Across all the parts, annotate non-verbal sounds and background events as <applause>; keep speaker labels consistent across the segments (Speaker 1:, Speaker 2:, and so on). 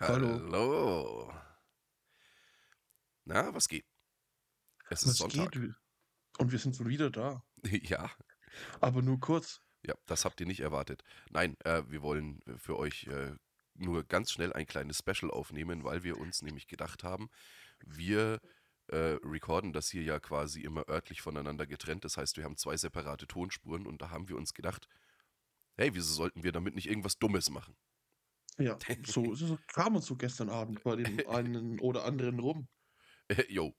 Speaker 1: Hallo.
Speaker 2: Hallo. Na, was geht? Es ist
Speaker 1: Was
Speaker 2: Sonntag. <laughs>
Speaker 1: geht? Und wir sind schon wieder da.
Speaker 2: Ja,
Speaker 1: Aber nur kurz.
Speaker 2: ja, das habt ihr nicht erwartet. Nein, äh, wir wollen für euch äh, nur ganz schnell ein kleines Special aufnehmen, weil wir uns nämlich gedacht haben, wir äh, recorden das hier ja quasi immer örtlich voneinander getrennt. Das heißt, wir haben zwei separate Tonspuren und da haben wir uns gedacht, hey, wieso sollten wir damit nicht irgendwas Dummes machen? <laughs>
Speaker 1: Ja, so, so kam uns so gestern Abend bei dem einen oder anderen rum.
Speaker 2: Äh, <laughs> Jo.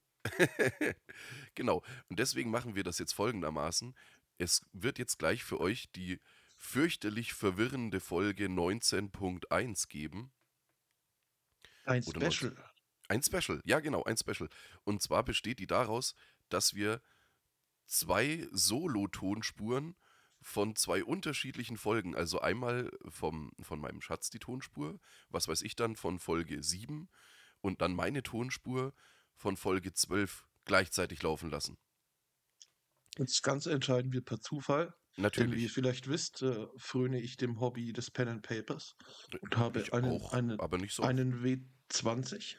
Speaker 2: genau. Und deswegen machen wir das jetzt folgendermaßen. Es wird jetzt gleich für euch die fürchterlich verwirrende Folge 19.1 geben.
Speaker 1: Ein
Speaker 2: Oder mal-
Speaker 1: Special.
Speaker 2: Ein Special. Ja, genau, ein Special. Und zwar besteht die daraus, dass wir zwei Solo-Tonspuren von zwei unterschiedlichen Folgen, also einmal vom, von meinem Schatz die Tonspur, was weiß ich dann, von Folge 7 und dann meine Tonspur von Folge 12 gleichzeitig laufen lassen.
Speaker 1: Jetzt ganz entscheiden wir per Zufall. Denn wie ihr
Speaker 2: Natürlich.
Speaker 1: vielleicht wisst, äh, fröne ich dem Hobby des Pen and Papers und habe
Speaker 2: Ich
Speaker 1: einen,
Speaker 2: auch,
Speaker 1: einen,
Speaker 2: aber nicht so.
Speaker 1: einen W20.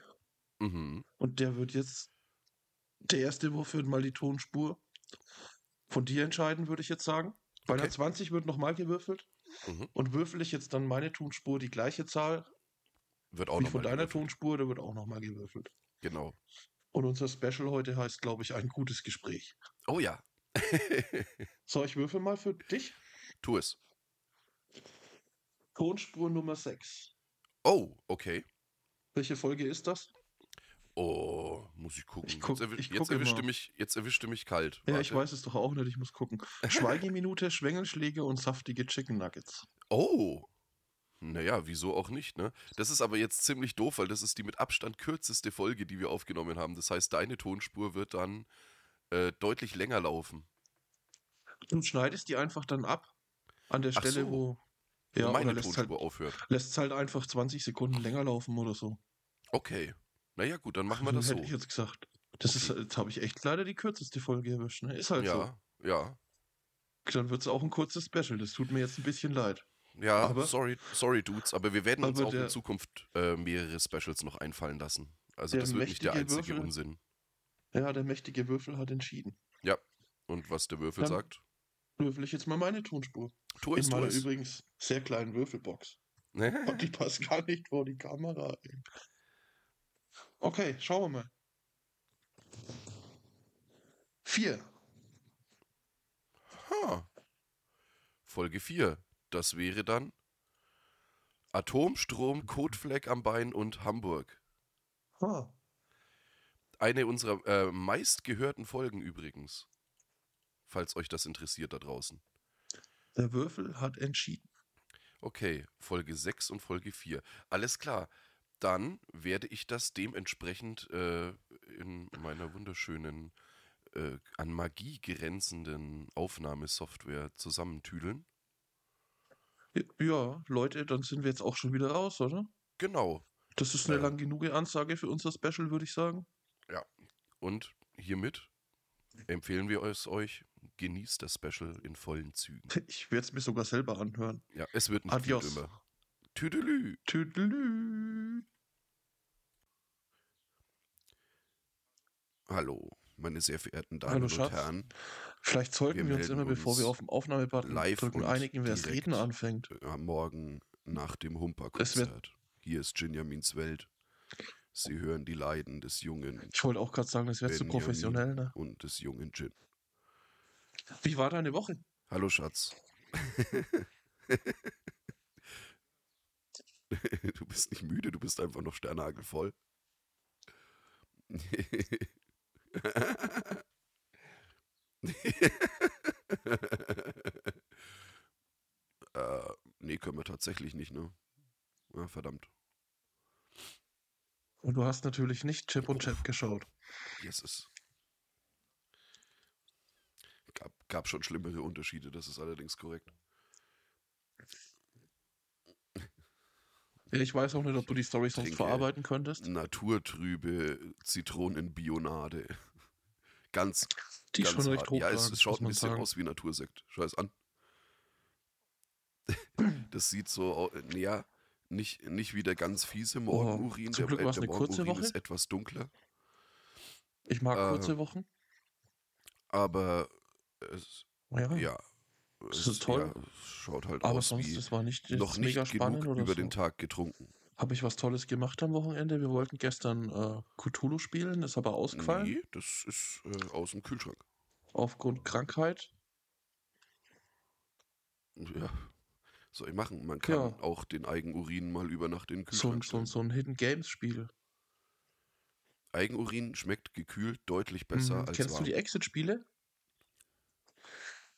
Speaker 2: mhm.
Speaker 1: Und der wird jetzt. Der erste Wurf wird mal die Tonspur von dir entscheiden, würde ich jetzt sagen. Bei der
Speaker 2: Okay.
Speaker 1: 20 wird nochmal gewürfelt.
Speaker 2: Mhm.
Speaker 1: Und würfel ich jetzt dann meine Tonspur die gleiche Zahl
Speaker 2: Wird auch
Speaker 1: wie
Speaker 2: noch
Speaker 1: von
Speaker 2: mal
Speaker 1: deiner
Speaker 2: gewürfelt.
Speaker 1: Tonspur, da wird auch nochmal gewürfelt.
Speaker 2: Genau.
Speaker 1: Und unser Special heute heißt, glaube ich, ein gutes Gespräch.
Speaker 2: Oh ja,
Speaker 1: So, ich würfel mal für dich.
Speaker 2: tu es.
Speaker 1: Tonspur Nummer 6.
Speaker 2: Oh, okay.
Speaker 1: Welche Folge ist das?
Speaker 2: Oh, muss ich gucken.
Speaker 1: Ich guck-
Speaker 2: jetzt erwi-
Speaker 1: ich
Speaker 2: jetzt
Speaker 1: guck
Speaker 2: erwischte
Speaker 1: immer.
Speaker 2: mich, jetzt erwischte mich kalt.
Speaker 1: Ja, ich
Speaker 2: Warte.
Speaker 1: weiß es doch auch nicht, ich muss <laughs> gucken. Schweigeminute, Schwengelschläge und saftige Chicken Nuggets.
Speaker 2: Oh. Naja, wieso auch nicht, ne? Das ist aber jetzt ziemlich doof, weil das ist die mit Abstand kürzeste Folge, die wir aufgenommen haben. Das heißt, deine Tonspur wird dann äh, deutlich länger laufen.
Speaker 1: Du schneidest die einfach dann ab an der
Speaker 2: Ach
Speaker 1: Stelle,
Speaker 2: so.
Speaker 1: wo.
Speaker 2: Wenn
Speaker 1: Ja, oder
Speaker 2: meine
Speaker 1: lässt halt,
Speaker 2: Tonspur aufhört.
Speaker 1: lässt halt einfach 20 Sekunden länger laufen oder so.
Speaker 2: Okay. Naja, gut, dann machen wir das
Speaker 1: hätte
Speaker 2: so.
Speaker 1: ich jetzt gesagt. Das ist, jetzt habe ich echt leider die kürzeste Folge erwischt. Ne? Ist halt so.
Speaker 2: Ja, ja.
Speaker 1: Dann wird es auch ein kurzes Special. Das tut mir jetzt ein bisschen leid.
Speaker 2: Ja,
Speaker 1: Aber-
Speaker 2: sorry, sorry, Dudes, aber wir werden uns
Speaker 1: aber
Speaker 2: auch in
Speaker 1: der-
Speaker 2: Zukunft äh, mehrere Specials noch einfallen lassen. Also
Speaker 1: der
Speaker 2: das wird nicht der
Speaker 1: mächtige
Speaker 2: einzige
Speaker 1: Würfel-
Speaker 2: Unsinn.
Speaker 1: Ja, der mächtige Würfel hat entschieden.
Speaker 2: Und was der Würfel
Speaker 1: Dann-
Speaker 2: sagt,
Speaker 1: Würfel ich jetzt mal meine Tonspur.
Speaker 2: tu
Speaker 1: In
Speaker 2: es, tu
Speaker 1: meiner
Speaker 2: es.
Speaker 1: übrigens sehr kleinen Würfelbox.
Speaker 2: <laughs>
Speaker 1: Und die passt gar nicht vor die Kamera. Ey. Okay, schauen wir mal. Vier.
Speaker 2: ha. Folge 4. Das wäre dann Atomstrom, Kotfleck am Bein und Hamburg.
Speaker 1: Ah,
Speaker 2: Eine unserer äh, meistgehörten Folgen übrigens. Falls euch das interessiert da draußen.
Speaker 1: der Würfel hat entschieden.
Speaker 2: Okay, Folge 6 und Folge 4. Alles klar. Dann werde ich das dementsprechend äh, in meiner wunderschönen, äh, an Magie grenzenden Aufnahmesoftware zusammentüdeln.
Speaker 1: Ja, Leute, dann sind wir jetzt auch schon wieder raus, oder?
Speaker 2: Genau.
Speaker 1: Das ist eine
Speaker 2: Ja.
Speaker 1: lang genug Ansage für unser Special, würde ich sagen.
Speaker 2: Und hiermit empfehlen wir es euch. Genießt das Special in vollen Zügen.
Speaker 1: Ich werde es mir sogar selber anhören.
Speaker 2: Ja, es wird nicht viel
Speaker 1: Adios.
Speaker 2: dümmer. Tüdelü.
Speaker 1: Tüdelü.
Speaker 2: Hallo, meine sehr verehrten Damen
Speaker 1: Hallo,
Speaker 2: und
Speaker 1: Schatz.
Speaker 2: Herren.
Speaker 1: Vielleicht sollten
Speaker 2: Wir
Speaker 1: wir, uns
Speaker 2: melden
Speaker 1: immer, bevor wir
Speaker 2: uns
Speaker 1: auf dem Aufnahmebutton
Speaker 2: live
Speaker 1: drücken,
Speaker 2: und
Speaker 1: einigen, wer das
Speaker 2: direkt.
Speaker 1: Reden anfängt.
Speaker 2: äh, morgen nach dem
Speaker 1: Es wird-
Speaker 2: Humper-Konzert. Hier ist Jinjamins Welt. Sie hören die Leiden des Jungen
Speaker 1: Ich wollte auch gerade sagen, das wäre zu
Speaker 2: Benjamin.
Speaker 1: professionell, ne?
Speaker 2: und des jungen Jin.
Speaker 1: Wie war deine Woche?
Speaker 2: Hallo Schatz. <laughs> du bist nicht müde, du bist einfach noch sternhagelvoll. <laughs> äh, nee, können wir tatsächlich nicht, ne? Ja, verdammt.
Speaker 1: Und du hast natürlich nicht Chip und Chap geschaut.
Speaker 2: Jesus. Gab, gab schon schlimmere Unterschiede, das ist allerdings korrekt.
Speaker 1: Ja, Ich weiß auch nicht, ob du die Story sonst
Speaker 2: Trinke.
Speaker 1: verarbeiten könntest.
Speaker 2: Naturtrübe Zitronenbionade. <laughs> Ganz,
Speaker 1: Die ist
Speaker 2: ganz
Speaker 1: schon recht
Speaker 2: hart.
Speaker 1: hoch.
Speaker 2: Ja, es, es schaut ein bisschen aus wie
Speaker 1: <clears throat>
Speaker 2: Natursekt. Schau es an. Das sieht so aus. Naja, Nicht, nicht wieder ganz fies im Morgenurin.
Speaker 1: Zum Glück
Speaker 2: der äh,
Speaker 1: war's
Speaker 2: der
Speaker 1: eine kurze
Speaker 2: Morgenurin
Speaker 1: Woche.
Speaker 2: ist etwas dunkler.
Speaker 1: Ich mag
Speaker 2: Äh,
Speaker 1: kurze Wochen.
Speaker 2: Aber es,
Speaker 1: Ja,
Speaker 2: ja.
Speaker 1: Das Ah. ist toll.
Speaker 2: Ja, es schaut halt
Speaker 1: aber
Speaker 2: aus
Speaker 1: sonst,
Speaker 2: wie
Speaker 1: das war nicht jetzt
Speaker 2: noch nicht
Speaker 1: mega
Speaker 2: genug
Speaker 1: spannend oder
Speaker 2: über
Speaker 1: so.
Speaker 2: den Tag getrunken.
Speaker 1: Habe ich was Tolles gemacht am Wochenende? Wir wollten gestern äh, Cthulhu spielen, ist aber ausgefallen
Speaker 2: Nee, das ist äh, aus dem Kühlschrank.
Speaker 1: aufgrund Krankheit.
Speaker 2: Ja. Soll ich machen? Man kann
Speaker 1: Ja.
Speaker 2: auch den Eigenurin mal über Nacht in den
Speaker 1: So, ein-
Speaker 2: Kühlschrank stellen.
Speaker 1: so, ein- so ein Hidden Games Spiel.
Speaker 2: Eigenurin schmeckt gekühlt deutlich besser
Speaker 1: Mhm.
Speaker 2: als
Speaker 1: Kennst
Speaker 2: warm.
Speaker 1: du die Exit-Spiele?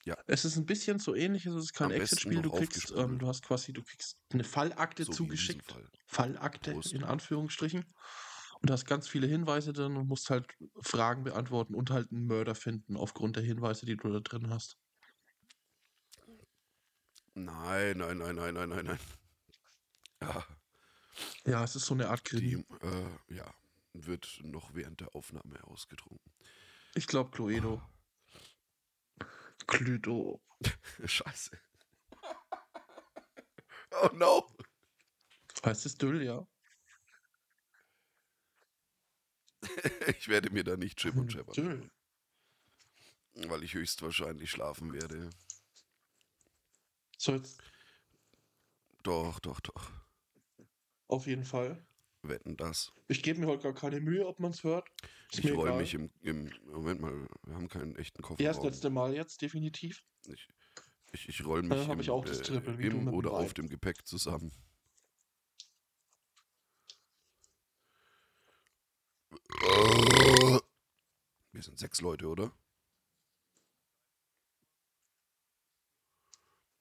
Speaker 2: Ja.
Speaker 1: Es ist ein bisschen so ähnlich, es ist kein
Speaker 2: Am besten
Speaker 1: Exit-Spiel, du
Speaker 2: noch
Speaker 1: kriegst, ähm,
Speaker 2: aufgesprudelt.
Speaker 1: du hast quasi, du kriegst eine Fallakte
Speaker 2: So wie in diesem
Speaker 1: zugeschickt.
Speaker 2: Fall.
Speaker 1: Fallakte
Speaker 2: Prost.
Speaker 1: in Anführungsstrichen. Und hast ganz viele Hinweise drin und musst halt Fragen beantworten und halt einen Mörder finden aufgrund der Hinweise, die du da drin hast.
Speaker 2: Nein, nein, nein, nein, nein, nein, nein. Ja,
Speaker 1: Ja, es ist so eine Art
Speaker 2: die,
Speaker 1: Krimi.
Speaker 2: äh, ja, wird noch während der Aufnahme ausgetrunken. <laughs>
Speaker 1: Ich glaube Cluedo. Cluedo.
Speaker 2: Scheiße. <laughs> Oh no!
Speaker 1: Heißt es Düll, ja?
Speaker 2: Ich werde mir da nicht Chip und Chapper,
Speaker 1: Düll.
Speaker 2: weil ich höchstwahrscheinlich schlafen werde.
Speaker 1: So, jetzt
Speaker 2: Doch, doch, doch.
Speaker 1: auf jeden Fall.
Speaker 2: Wetten das.
Speaker 1: Ich gebe mir heute gar keine Mühe, ob man es hört. Ist
Speaker 2: ich
Speaker 1: mir
Speaker 2: roll
Speaker 1: egal.
Speaker 2: mich im, im. Moment mal, wir haben keinen echten Koffer.
Speaker 1: Ja, das letzte Mal jetzt, definitiv.
Speaker 2: Ich, ich, ich roll mich
Speaker 1: hab
Speaker 2: im, äh,
Speaker 1: ich auch das Triple, wie du
Speaker 2: im
Speaker 1: mit dem
Speaker 2: oder auf
Speaker 1: Wein.
Speaker 2: dem Gepäck zusammen. Wir sind sechs Leute, oder?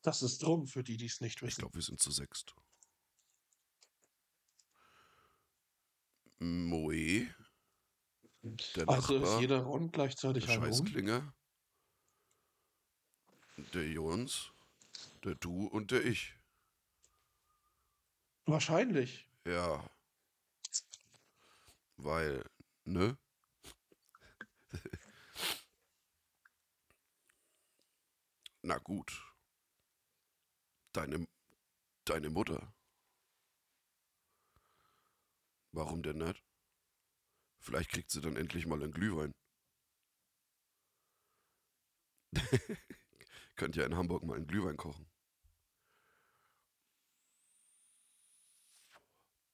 Speaker 1: Das ist drum, für die, die es nicht
Speaker 2: Ich
Speaker 1: wissen.
Speaker 2: glaube, wir sind zu sechst. Moe, der
Speaker 1: Also ist
Speaker 2: Nachbar,
Speaker 1: jeder Ron
Speaker 2: der
Speaker 1: gleichzeitig ein Ron.
Speaker 2: Scheißklinge, der Jons, der Du und der Ich.
Speaker 1: Wahrscheinlich.
Speaker 2: Ja. Weil, ne? <laughs> Na gut. Deine, deine Mutter. Warum denn nicht? Vielleicht kriegt sie dann endlich mal einen Glühwein. <laughs> Könnt ja in Hamburg mal einen Glühwein kochen.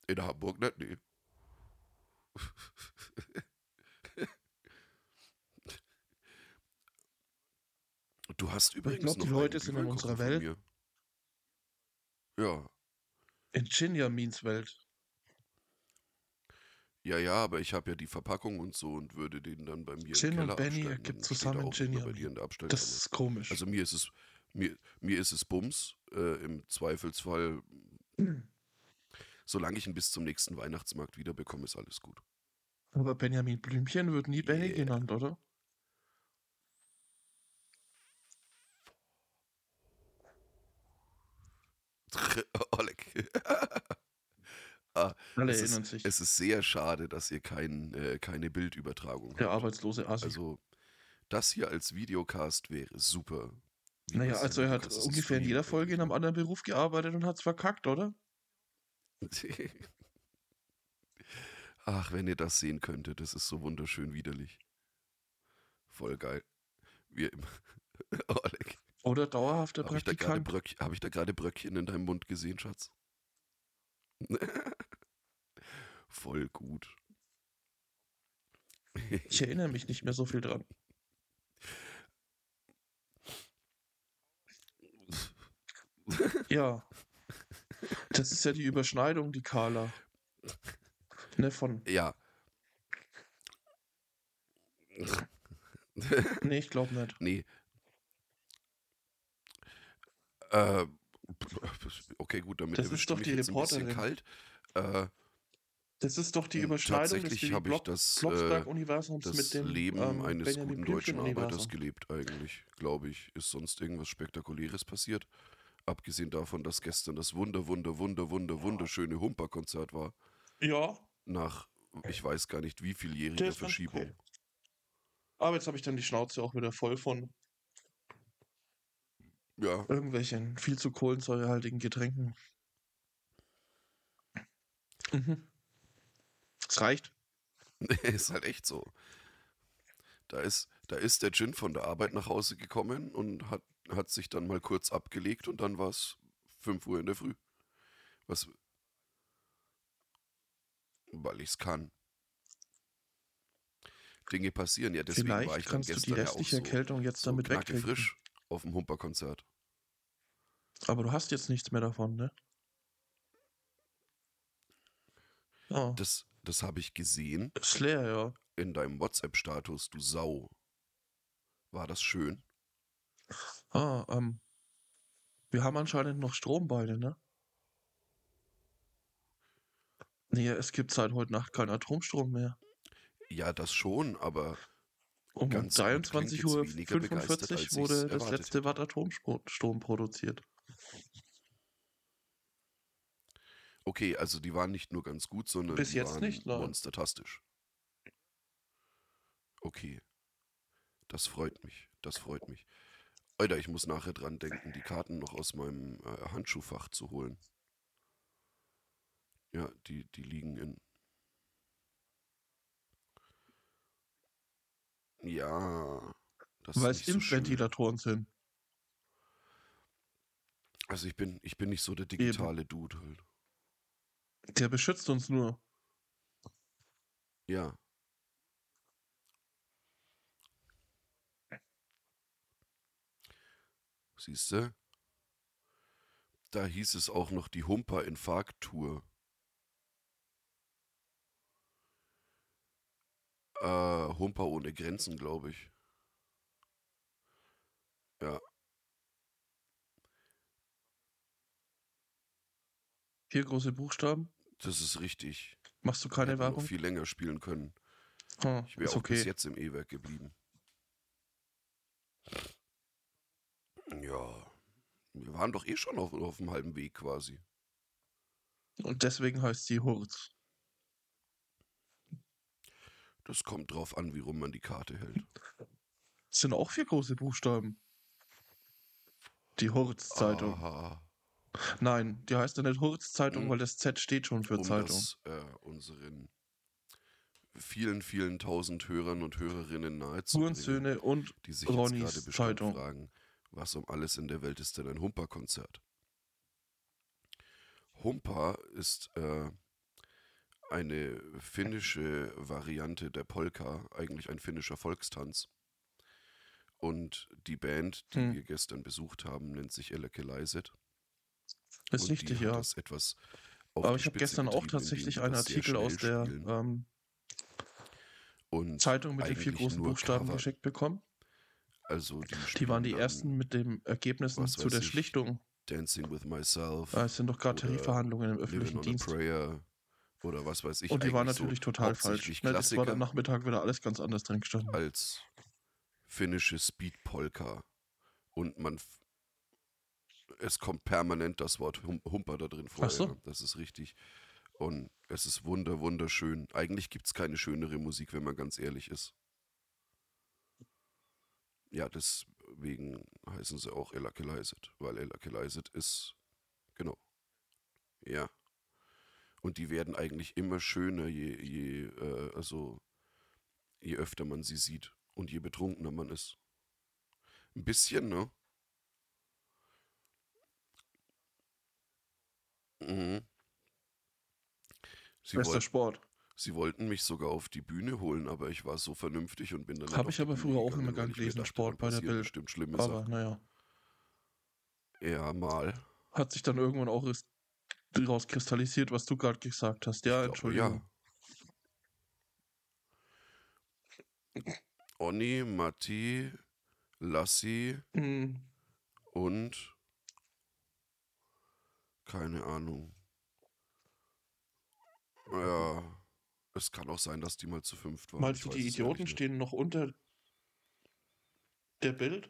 Speaker 2: In Hamburg nicht, nee. <laughs> Du hast übrigens
Speaker 1: glaub,
Speaker 2: noch
Speaker 1: die Leute
Speaker 2: einen
Speaker 1: sind in
Speaker 2: Glühwein
Speaker 1: unserer
Speaker 2: kochen von mir. Ja.
Speaker 1: In Ginia Means Welt.
Speaker 2: Ja, ja, aber ich habe ja die Verpackung und so und würde den dann bei mir
Speaker 1: Gin
Speaker 2: im
Speaker 1: und
Speaker 2: Keller
Speaker 1: Benny
Speaker 2: abstellen.
Speaker 1: ergibt
Speaker 2: Dann steht er
Speaker 1: zusammen
Speaker 2: auch nicht mehr bei
Speaker 1: Gin,
Speaker 2: dir in der Abstellkammer.
Speaker 1: Das ist komisch.
Speaker 2: Also mir ist es mir, mir ist es Bums äh, im Zweifelsfall solange ich ihn bis zum nächsten Weihnachtsmarkt wiederbekomme, ist alles
Speaker 1: <laughs>
Speaker 2: gut.
Speaker 1: Aber Benjamin Blümchen wird nie Benny
Speaker 2: Yeah.
Speaker 1: genannt, oder?
Speaker 2: Oleg.
Speaker 1: Alle
Speaker 2: Es
Speaker 1: erinnern sich.
Speaker 2: Es ist sehr schade, dass ihr kein, äh, keine Bildübertragung habt.
Speaker 1: Der arbeitslose Asi.
Speaker 2: Also das hier als Videocast wäre super. Wie
Speaker 1: naja,
Speaker 2: das
Speaker 1: also er hat
Speaker 2: Videocast ist ein
Speaker 1: ungefähr in
Speaker 2: Stream,
Speaker 1: jeder
Speaker 2: denke
Speaker 1: Folge
Speaker 2: ich
Speaker 1: in einem
Speaker 2: mal.
Speaker 1: anderen Beruf gearbeitet und hat's verkackt, oder?
Speaker 2: <laughs> Ach, wenn ihr das sehen könntet, das ist so wunderschön widerlich. Voll geil. Wir <laughs> im Oleg,
Speaker 1: Oder dauerhafter
Speaker 2: habe ich da gerade
Speaker 1: Praktikant.
Speaker 2: Bröck, hab ich da gerade Bröckchen in deinem Mund gesehen, Schatz? <laughs> Voll gut.
Speaker 1: Ich erinnere mich nicht mehr so viel dran. Ja. Das ist ja die Überschneidung, die Carla. Ne, von.
Speaker 2: Ja,
Speaker 1: Nee, ich glaube nicht.
Speaker 2: nee. Äh, <laughs> okay, gut, damit
Speaker 1: Das ist
Speaker 2: erwischt
Speaker 1: doch
Speaker 2: mich
Speaker 1: die
Speaker 2: jetzt ein bisschen
Speaker 1: Reporterin.
Speaker 2: kalt. Äh,
Speaker 1: Das ist doch die
Speaker 2: Und
Speaker 1: Überschneidung des
Speaker 2: Äh, Tatsächlich
Speaker 1: Bibi
Speaker 2: habe ich
Speaker 1: Block-
Speaker 2: das, äh,
Speaker 1: Blocksberg-Universums
Speaker 2: das
Speaker 1: mit dem
Speaker 2: Leben
Speaker 1: ähm,
Speaker 2: eines
Speaker 1: Benjamin
Speaker 2: guten deutschen
Speaker 1: Blümchen-Universum.
Speaker 2: Arbeiters gelebt, eigentlich, glaube ich. Ist sonst irgendwas Spektakuläres passiert? Abgesehen davon, dass gestern das wunder, wunder, wunder, wunder, wunderschöne Humper-Konzert war.
Speaker 1: Ja,
Speaker 2: Nach, ich weiß gar nicht, wie vieljähriger
Speaker 1: das ist ganz
Speaker 2: Verschiebung.
Speaker 1: okay. Aber jetzt habe ich dann die Schnauze auch wieder voll von
Speaker 2: Ja,
Speaker 1: irgendwelchen viel zu kohlensäurehaltigen Getränken. Mhm. Es reicht.
Speaker 2: <laughs> ist halt echt so. Da ist, da ist der Gin von der Arbeit nach Hause gekommen und hat, hat sich dann mal kurz abgelegt und dann war es 5 Uhr in der Früh. Was? Weil ich es kann. Dinge passieren. Ja, deswegen
Speaker 1: Vielleicht
Speaker 2: war ich dann
Speaker 1: kannst du die
Speaker 2: gestern ja auch
Speaker 1: restliche
Speaker 2: so,
Speaker 1: Erkältung jetzt
Speaker 2: so
Speaker 1: damit
Speaker 2: knacke
Speaker 1: wegkriegen.
Speaker 2: frisch auf dem Humperkonzert.
Speaker 1: Aber du hast jetzt nichts mehr davon, ne? Ja.
Speaker 2: Das, das habe ich gesehen
Speaker 1: Ist leer, Ah, ja.
Speaker 2: in deinem WhatsApp-Status, du Sau. War das schön?
Speaker 1: Ah, ähm. Wir haben anscheinend noch Strom beide, ne? Nee, es gibt seit heute Nacht keinen Atomstrom mehr.
Speaker 2: Ja, das schon, aber
Speaker 1: Um
Speaker 2: Ganz gut, klingt
Speaker 1: 23.45
Speaker 2: jetzt
Speaker 1: Uhr
Speaker 2: weniger begeistert, als ich's
Speaker 1: wurde das
Speaker 2: erwartet
Speaker 1: letzte Watt Atomstrom produziert.
Speaker 2: okay, also die waren nicht nur ganz gut, sondern
Speaker 1: Bis
Speaker 2: die
Speaker 1: jetzt
Speaker 2: waren
Speaker 1: nicht, nein.
Speaker 2: monstertastisch. Okay. Das freut mich. Das freut mich. Alter, ich muss nachher dran denken, die Karten noch aus meinem äh, Handschuhfach zu holen. Ja, die, die liegen in. Ja. Das ist
Speaker 1: Weil es
Speaker 2: nicht so schön.
Speaker 1: Impfventilatoren sind.
Speaker 2: Also ich bin, ich bin nicht so der digitale Dude halt.
Speaker 1: Der beschützt uns nur.
Speaker 2: Ja. Siehst du? Da hieß es auch noch die Humper-Infarkt-Tour. Äh, Humper ohne Grenzen, glaube ich. Ja,
Speaker 1: Vier große Buchstaben.
Speaker 2: das ist richtig.
Speaker 1: Machst du keine
Speaker 2: Hätten noch
Speaker 1: Werbung?
Speaker 2: viel länger spielen können.
Speaker 1: Ah,
Speaker 2: Ich wäre
Speaker 1: ist
Speaker 2: auch bis
Speaker 1: okay.
Speaker 2: jetzt im E-Werk geblieben. Ja, wir waren doch eh schon auf, auf dem halben Weg quasi.
Speaker 1: Und deswegen heißt sie Hurz.
Speaker 2: Das kommt drauf an, wie rum man die Karte hält.
Speaker 1: Es sind auch vier große Buchstaben. Die Hurz-Zeitung.
Speaker 2: Aha.
Speaker 1: Nein, die heißt ja nicht Hurz-Zeitung,
Speaker 2: Ah. Hm.
Speaker 1: weil das Z steht schon für
Speaker 2: Um
Speaker 1: Zeitung.
Speaker 2: das äh, unseren vielen, vielen tausend Hörern und Hörerinnen nahezubringen,
Speaker 1: Hurensöhne und
Speaker 2: die sich jetzt
Speaker 1: Ronnys
Speaker 2: gerade bestimmt
Speaker 1: Zeitung.
Speaker 2: fragen, was um alles in der Welt ist denn ein Humper-Konzert? Humper ist äh, eine finnische Variante der Polka, eigentlich ein finnischer Volkstanz. Und die Band, die
Speaker 1: Hm.
Speaker 2: wir gestern besucht haben, nennt sich Elekelaiset.
Speaker 1: ist
Speaker 2: und
Speaker 1: richtig,
Speaker 2: die hat
Speaker 1: ja.
Speaker 2: das etwas auf
Speaker 1: Aber
Speaker 2: die
Speaker 1: ich habe
Speaker 2: Spitze
Speaker 1: gestern auch
Speaker 2: getrieben, indem
Speaker 1: tatsächlich
Speaker 2: die
Speaker 1: einen
Speaker 2: das sehr
Speaker 1: Artikel aus
Speaker 2: schnell
Speaker 1: der
Speaker 2: spielen
Speaker 1: ähm,
Speaker 2: und
Speaker 1: Zeitung mit den vier
Speaker 2: eigentlich
Speaker 1: großen
Speaker 2: nur
Speaker 1: Buchstaben
Speaker 2: Cover.
Speaker 1: geschickt bekommen.
Speaker 2: also die,
Speaker 1: Die waren
Speaker 2: spielen
Speaker 1: die
Speaker 2: dann
Speaker 1: ersten mit den Ergebnissen
Speaker 2: was
Speaker 1: zu
Speaker 2: weiß
Speaker 1: der
Speaker 2: ich,
Speaker 1: Schlichtung.
Speaker 2: Dancing with Myself,
Speaker 1: Äh, Es sind doch gerade
Speaker 2: oder
Speaker 1: Tarifverhandlungen im
Speaker 2: Living
Speaker 1: öffentlichen
Speaker 2: on a
Speaker 1: Dienst.
Speaker 2: Prayer oder was weiß ich.
Speaker 1: Und die waren
Speaker 2: eigentlich so
Speaker 1: natürlich total
Speaker 2: hauptsächlich
Speaker 1: falsch. Ne, das war
Speaker 2: Klassiker
Speaker 1: dann Nachmittag wieder alles ganz anders drin gestanden.
Speaker 2: als finnische Speed Polka und man f- es kommt permanent das Wort Hum- Humper da drin vor.
Speaker 1: Ach so.
Speaker 2: ja, das ist richtig. Und es ist wunder, wunderschön. Eigentlich gibt es keine schönere Musik, wenn man ganz ehrlich ist. Ja, deswegen heißen sie auch Ella Keleiset, weil Ella Keleiset ist, genau, ja. Und die werden eigentlich immer schöner, je, je, äh, also, je öfter man sie sieht und je betrunkener man ist. Ein bisschen, ne? Mhm. Sie
Speaker 1: Bester
Speaker 2: wollten
Speaker 1: Sport.
Speaker 2: Sie wollten mich sogar auf die Bühne holen, aber ich war so vernünftig und bin dann nicht
Speaker 1: Hab
Speaker 2: auf
Speaker 1: ich
Speaker 2: die
Speaker 1: aber
Speaker 2: Bühne
Speaker 1: früher auch
Speaker 2: gegangen,
Speaker 1: immer
Speaker 2: weil
Speaker 1: gern
Speaker 2: ich mir
Speaker 1: gelesen,
Speaker 2: dachte,
Speaker 1: Sport
Speaker 2: dann
Speaker 1: bei der
Speaker 2: passieren
Speaker 1: Bild.
Speaker 2: bestimmt schlimme
Speaker 1: Aber
Speaker 2: Sachen.
Speaker 1: naja,
Speaker 2: Ja, mal.
Speaker 1: hat sich dann irgendwann auch ris- rauskristallisiert, was du gerade gesagt hast. Ja,
Speaker 2: Ich glaube, ja.
Speaker 1: Entschuldigung.
Speaker 2: Onni, Matti, Lassi
Speaker 1: Hm,
Speaker 2: und keine Ahnung. Ja, es kann auch sein, dass die mal zu fünft waren.
Speaker 1: Meinst
Speaker 2: ich
Speaker 1: du,
Speaker 2: weiß
Speaker 1: die
Speaker 2: es ehrlich
Speaker 1: Idioten
Speaker 2: nicht.
Speaker 1: stehen noch unter der Bild?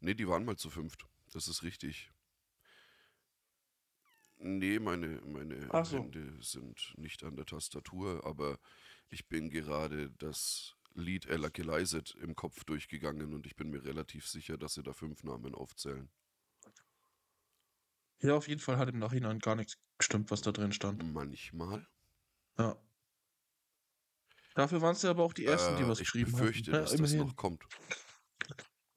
Speaker 2: Nee, die waren mal zu fünft. Das ist richtig. Nee, meine, meine
Speaker 1: Ach so.
Speaker 2: Hände sind nicht an der Tastatur, aber ich bin gerade das Lied Ella Geleised im Kopf durchgegangen und ich bin mir relativ sicher, dass sie da fünf Namen aufzählen.
Speaker 1: Ja, auf jeden Fall hat im Nachhinein gar nichts gestimmt, was da drin stand.
Speaker 2: Manchmal.
Speaker 1: Ja. Dafür waren es ja aber auch die ersten, die
Speaker 2: Äh,
Speaker 1: was
Speaker 2: ich
Speaker 1: geschrieben haben.
Speaker 2: befürchte, dass das noch kommt.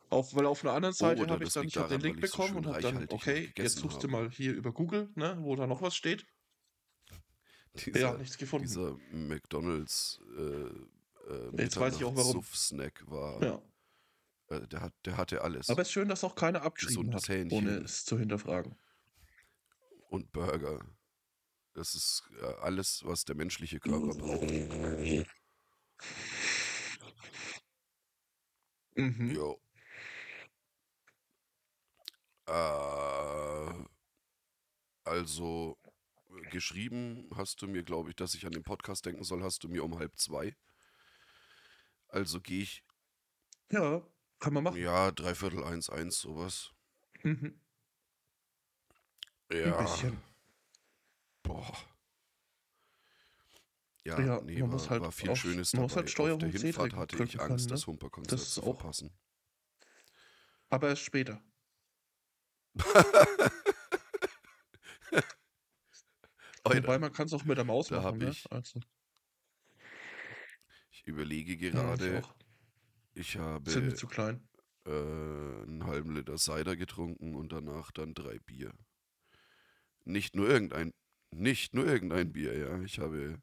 Speaker 1: Auf, weil auf einer anderen Seite
Speaker 2: Oder
Speaker 1: habe
Speaker 2: Oh,
Speaker 1: ich
Speaker 2: das
Speaker 1: dann,
Speaker 2: liegt
Speaker 1: ich habe den
Speaker 2: daran,
Speaker 1: Link
Speaker 2: weil ich so
Speaker 1: bekommen
Speaker 2: schön
Speaker 1: und habe dann,
Speaker 2: reichhaltig noch
Speaker 1: okay, jetzt
Speaker 2: gegessen
Speaker 1: suchst du
Speaker 2: habe.
Speaker 1: mal hier über Google, ne, wo da noch was steht.
Speaker 2: Dieser,
Speaker 1: ja, nichts gefunden.
Speaker 2: dieser McDonalds äh, äh,
Speaker 1: Jetzt weiß ich auch, warum.
Speaker 2: snack war.
Speaker 1: ja.
Speaker 2: Äh, der, hat, der hatte alles.
Speaker 1: Aber es ist schön, dass auch keiner abgeschrieben
Speaker 2: Gesundes
Speaker 1: hat,
Speaker 2: Hähnchen.
Speaker 1: ohne es zu hinterfragen.
Speaker 2: und Burger. Das ist äh, alles, was der menschliche Körper braucht.
Speaker 1: Mhm.
Speaker 2: Jo. Äh, also, äh, geschrieben hast du mir, glaube ich, dass ich an den Podcast denken soll, hast du mir um halb zwei. Also gehe ich,
Speaker 1: Ja, kann man machen.
Speaker 2: ja, dreiviertel eins, eins, sowas.
Speaker 1: Mhm.
Speaker 2: Ja.
Speaker 1: Ein bisschen.
Speaker 2: Boah. Ja,
Speaker 1: Ja,
Speaker 2: nee,
Speaker 1: man
Speaker 2: war,
Speaker 1: muss halt
Speaker 2: war viel
Speaker 1: auf-
Speaker 2: Schönes
Speaker 1: man
Speaker 2: dabei.
Speaker 1: muss halt
Speaker 2: Auf
Speaker 1: Steuerung
Speaker 2: der
Speaker 1: C
Speaker 2: Hinfahrt
Speaker 1: drücken
Speaker 2: hatte ich
Speaker 1: können,
Speaker 2: Angst,
Speaker 1: ne?
Speaker 2: das Humperkonzert
Speaker 1: Das
Speaker 2: zu
Speaker 1: auch.
Speaker 2: verpassen.
Speaker 1: Aber erst später.
Speaker 2: Alter,
Speaker 1: Wobei man kann es auch mit der Maus
Speaker 2: da hab
Speaker 1: machen, ne?
Speaker 2: ich
Speaker 1: Also,
Speaker 2: ich überlege
Speaker 1: ja, ich
Speaker 2: gerade,
Speaker 1: auch.
Speaker 2: ich
Speaker 1: Sind
Speaker 2: habe
Speaker 1: mir zu klein.
Speaker 2: äh, einen halben Liter Cider getrunken und danach dann drei Bier. Nicht nur irgendein, nicht nur irgendein Bier, ja. Ich habe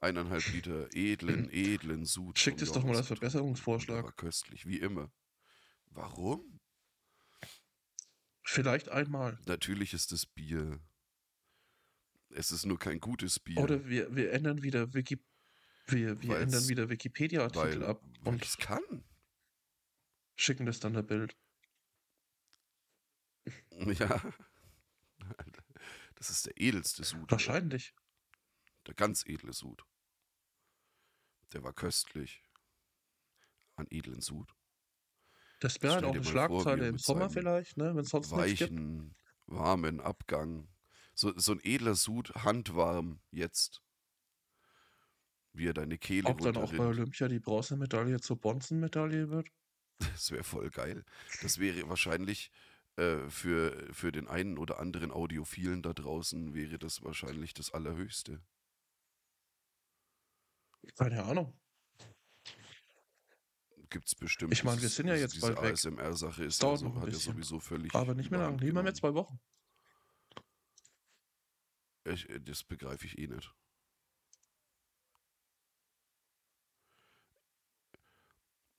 Speaker 2: eineinhalb Liter
Speaker 1: <laughs>
Speaker 2: edlen, edlen Sud.
Speaker 1: Schickt
Speaker 2: von
Speaker 1: es doch mal
Speaker 2: Jorns
Speaker 1: als
Speaker 2: getrunken.
Speaker 1: Verbesserungsvorschlag.
Speaker 2: Der War köstlich, wie immer. Warum?
Speaker 1: Vielleicht einmal.
Speaker 2: Natürlich ist es Bier. Es ist nur kein gutes Bier.
Speaker 1: Oder wir, wir ändern wieder Wiki, wir, wir
Speaker 2: Weil's-
Speaker 1: ändern wieder
Speaker 2: weil,
Speaker 1: Wikipedia-Artikel ab
Speaker 2: weil
Speaker 1: und
Speaker 2: es kann. <laughs>
Speaker 1: schicken das dann der Bild.
Speaker 2: Ja. Alter, Das ist der edelste Sud.
Speaker 1: Wahrscheinlich.
Speaker 2: Der ganz edle Sud. Der war köstlich. An edlen Sud.
Speaker 1: Das wäre halt
Speaker 2: Stell dir
Speaker 1: auch eine
Speaker 2: mal vor, wie
Speaker 1: Schlagzeile
Speaker 2: er
Speaker 1: im
Speaker 2: mit
Speaker 1: Sommer
Speaker 2: seinem
Speaker 1: vielleicht, ne? Wenn es sonst nichts gibt.
Speaker 2: Weichen, warmen Abgang. So, so ein edler Sud, handwarm, jetzt. Wie er deine Kehle
Speaker 1: Ob dann auch bei
Speaker 2: runterrinnt.
Speaker 1: Olympia die Bronzemedaille zur Bronzenmedaille wird?
Speaker 2: <laughs> Das wäre voll geil. Das wäre wahrscheinlich äh, für, für den einen oder anderen Audiophilen da draußen wäre das wahrscheinlich das Allerhöchste.
Speaker 1: Keine Ahnung.
Speaker 2: Gibt's bestimmt.
Speaker 1: Ich meine, wir
Speaker 2: Das ist-
Speaker 1: sind ja
Speaker 2: also
Speaker 1: jetzt
Speaker 2: diese
Speaker 1: bald weg.
Speaker 2: ASMR-Sache ist
Speaker 1: Dauert
Speaker 2: also,
Speaker 1: noch ein
Speaker 2: hat ja
Speaker 1: bisschen.
Speaker 2: sowieso völlig.
Speaker 1: Aber nicht mehr lange.
Speaker 2: überhand
Speaker 1: Nicht mehr
Speaker 2: genommen.
Speaker 1: zwei Wochen.
Speaker 2: Ich, äh, das begreife ich eh nicht.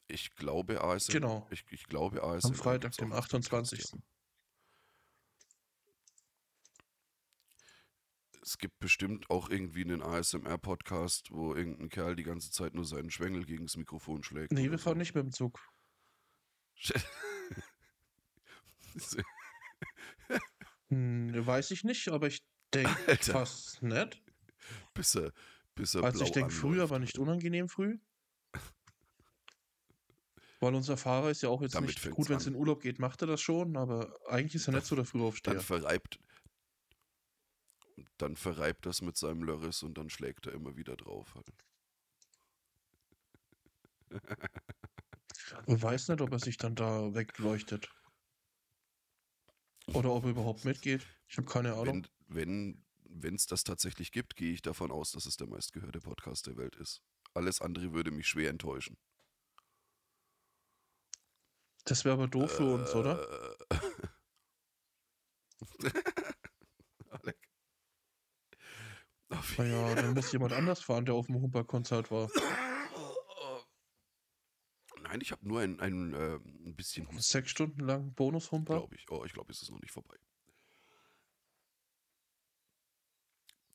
Speaker 2: Ich glaube ASMR.
Speaker 1: Genau.
Speaker 2: Ich, ich glaube ASMR.
Speaker 1: Am Freitag,
Speaker 2: gibt's auch
Speaker 1: dem
Speaker 2: als Podcast,
Speaker 1: 28.
Speaker 2: ja. Es gibt bestimmt auch irgendwie einen ASMR-Podcast, wo irgendein Kerl die ganze Zeit nur seinen Schwengel gegen das Mikrofon schlägt.
Speaker 1: Nee,
Speaker 2: oder
Speaker 1: wir
Speaker 2: so. <laughs>
Speaker 1: fahren nicht mit dem Zug. Hm, weiß ich nicht, aber ich denke
Speaker 2: <laughs> Alter,
Speaker 1: fast nicht.
Speaker 2: bis er, bis er
Speaker 1: Also ich
Speaker 2: blau
Speaker 1: denke früh,
Speaker 2: anläuft.
Speaker 1: aber nicht unangenehm früh. Weil unser Fahrer ist ja auch jetzt
Speaker 2: Damit
Speaker 1: nicht
Speaker 2: fängt's
Speaker 1: gut, wenn es
Speaker 2: an.
Speaker 1: in Urlaub geht, macht er das schon, aber eigentlich ist er nicht so der
Speaker 2: Dann
Speaker 1: Frühaufsteher.
Speaker 2: verreibt. Dann verreibt das mit seinem Lörris und dann schlägt er immer wieder drauf. Halt.
Speaker 1: Ich weiß nicht, ob er sich dann da wegleuchtet. Oder ob er überhaupt mitgeht. Ich habe keine Ahnung.
Speaker 2: Wenn wenn wenn's das tatsächlich gibt, gehe ich davon aus, dass es der meistgehörte Podcast der Welt ist. Alles andere würde mich schwer enttäuschen.
Speaker 1: Das wäre aber doof für uns,
Speaker 2: äh,
Speaker 1: oder?
Speaker 2: <laughs> Alec. Auf
Speaker 1: Naja, dann muss jemand anders fahren, der auf dem Humper-Konzert war.
Speaker 2: Nein, ich habe nur ein, ein, äh, ein bisschen Husten,
Speaker 1: Sechs Stunden lang Bonus-Humper.
Speaker 2: glaube ich. Oh, ich glaube, es ist noch nicht vorbei.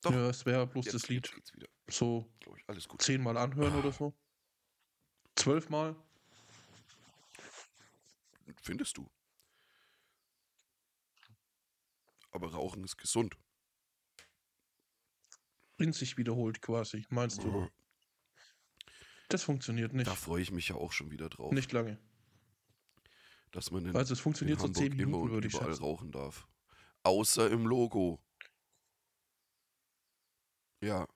Speaker 2: doch.
Speaker 1: Ja, es wäre bloß
Speaker 2: Jetzt,
Speaker 1: das
Speaker 2: jetzt
Speaker 1: Lied
Speaker 2: geht's wieder,
Speaker 1: so
Speaker 2: glaube ich. Alles gut.
Speaker 1: zehnmal anhören oder so. Zwölfmal?
Speaker 2: Findest du. Aber Rauchen ist gesund.
Speaker 1: In sich wiederholt quasi, meinst du? Das funktioniert nicht.
Speaker 2: Da freue ich mich ja auch schon wieder drauf,
Speaker 1: Nicht lange.
Speaker 2: dass man in,
Speaker 1: Also es
Speaker 2: in
Speaker 1: funktioniert so
Speaker 2: Hamburg
Speaker 1: zehn
Speaker 2: immer
Speaker 1: Minuten,
Speaker 2: und
Speaker 1: würde ich
Speaker 2: überall
Speaker 1: schätzen.
Speaker 2: rauchen darf. Außer im Logo. Ja.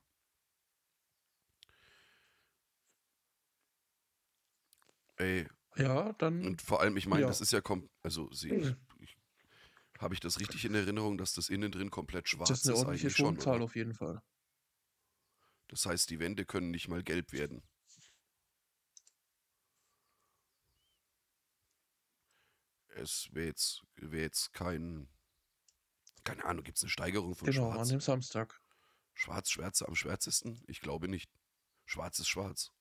Speaker 2: Ey,
Speaker 1: Ja, dann
Speaker 2: und vor allem, ich meine,
Speaker 1: Ja. Hm.
Speaker 2: das ist ja kom also sie, ich, ich Habe ich das richtig in Erinnerung, dass das innen drin komplett schwarz
Speaker 1: das ist eine ordentliche
Speaker 2: eigentlich schon,
Speaker 1: Schonzahl
Speaker 2: oder?
Speaker 1: auf jeden Fall.
Speaker 2: Das heißt, die Wände können nicht mal gelb werden. Es wäre jetzt, wär jetzt kein. Keine Ahnung, gibt es eine Steigerung von
Speaker 1: genau, an
Speaker 2: Schwarz?
Speaker 1: dem Samstag.
Speaker 2: Schwarz, Schwärze am schwärzesten? Ich glaube nicht. Schwarz ist schwarz.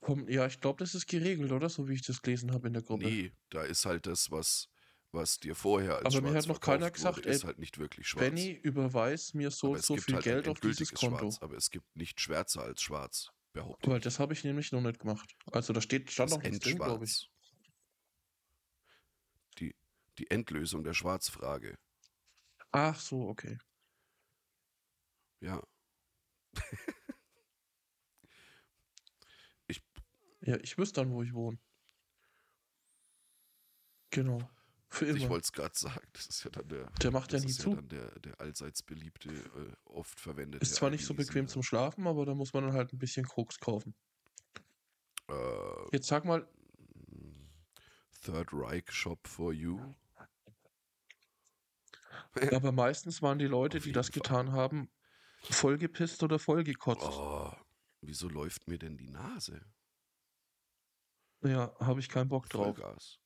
Speaker 1: Komm, ja, ich glaube, das ist geregelt, oder? So wie ich das gelesen habe in der Gruppe.
Speaker 2: Nee, da ist halt das, was, was dir vorher als
Speaker 1: Aber mir
Speaker 2: schwarz
Speaker 1: hat noch keiner
Speaker 2: verkauft wurde,
Speaker 1: gesagt, ey,
Speaker 2: ist halt nicht wirklich schwarz.
Speaker 1: Benny, überweis mir so
Speaker 2: aber
Speaker 1: und
Speaker 2: es
Speaker 1: so
Speaker 2: gibt
Speaker 1: viel
Speaker 2: halt ein
Speaker 1: Geld auf dieses
Speaker 2: endgültiges
Speaker 1: Konto.
Speaker 2: Schwarz, aber es gibt nicht schwärzer als schwarz, behaupte
Speaker 1: Weil
Speaker 2: ich.
Speaker 1: das habe ich nämlich noch nicht gemacht. Also da steht, stand
Speaker 2: das
Speaker 1: auch nichts drin, glaube
Speaker 2: Endschwarz.
Speaker 1: ich.
Speaker 2: Die, die Endlösung der Schwarzfrage.
Speaker 1: Ach so, okay.
Speaker 2: Ja.
Speaker 1: Ja, ich wüsste dann, wo ich wohne. Genau. Für
Speaker 2: Also Ich
Speaker 1: immer.
Speaker 2: wollte es gerade sagen, das ist ja dann der,
Speaker 1: Der macht ja
Speaker 2: das
Speaker 1: nie
Speaker 2: ist
Speaker 1: zu.
Speaker 2: dann der, der allseits beliebte, äh, oft verwendete.
Speaker 1: Ist zwar nicht so
Speaker 2: Albaneser.
Speaker 1: bequem zum Schlafen, aber da muss man dann halt ein bisschen Koks kaufen.
Speaker 2: Äh,
Speaker 1: Jetzt sag mal,
Speaker 2: Third Reich Shop for you.
Speaker 1: aber meistens waren die Leute,
Speaker 2: Auf
Speaker 1: die
Speaker 2: jeden
Speaker 1: das
Speaker 2: Fall.
Speaker 1: getan haben, vollgepisst oder vollgekotzt.
Speaker 2: Oh, wieso läuft mir denn die Nase?
Speaker 1: Ja, habe ich keinen Bock drauf.
Speaker 2: Vollgas.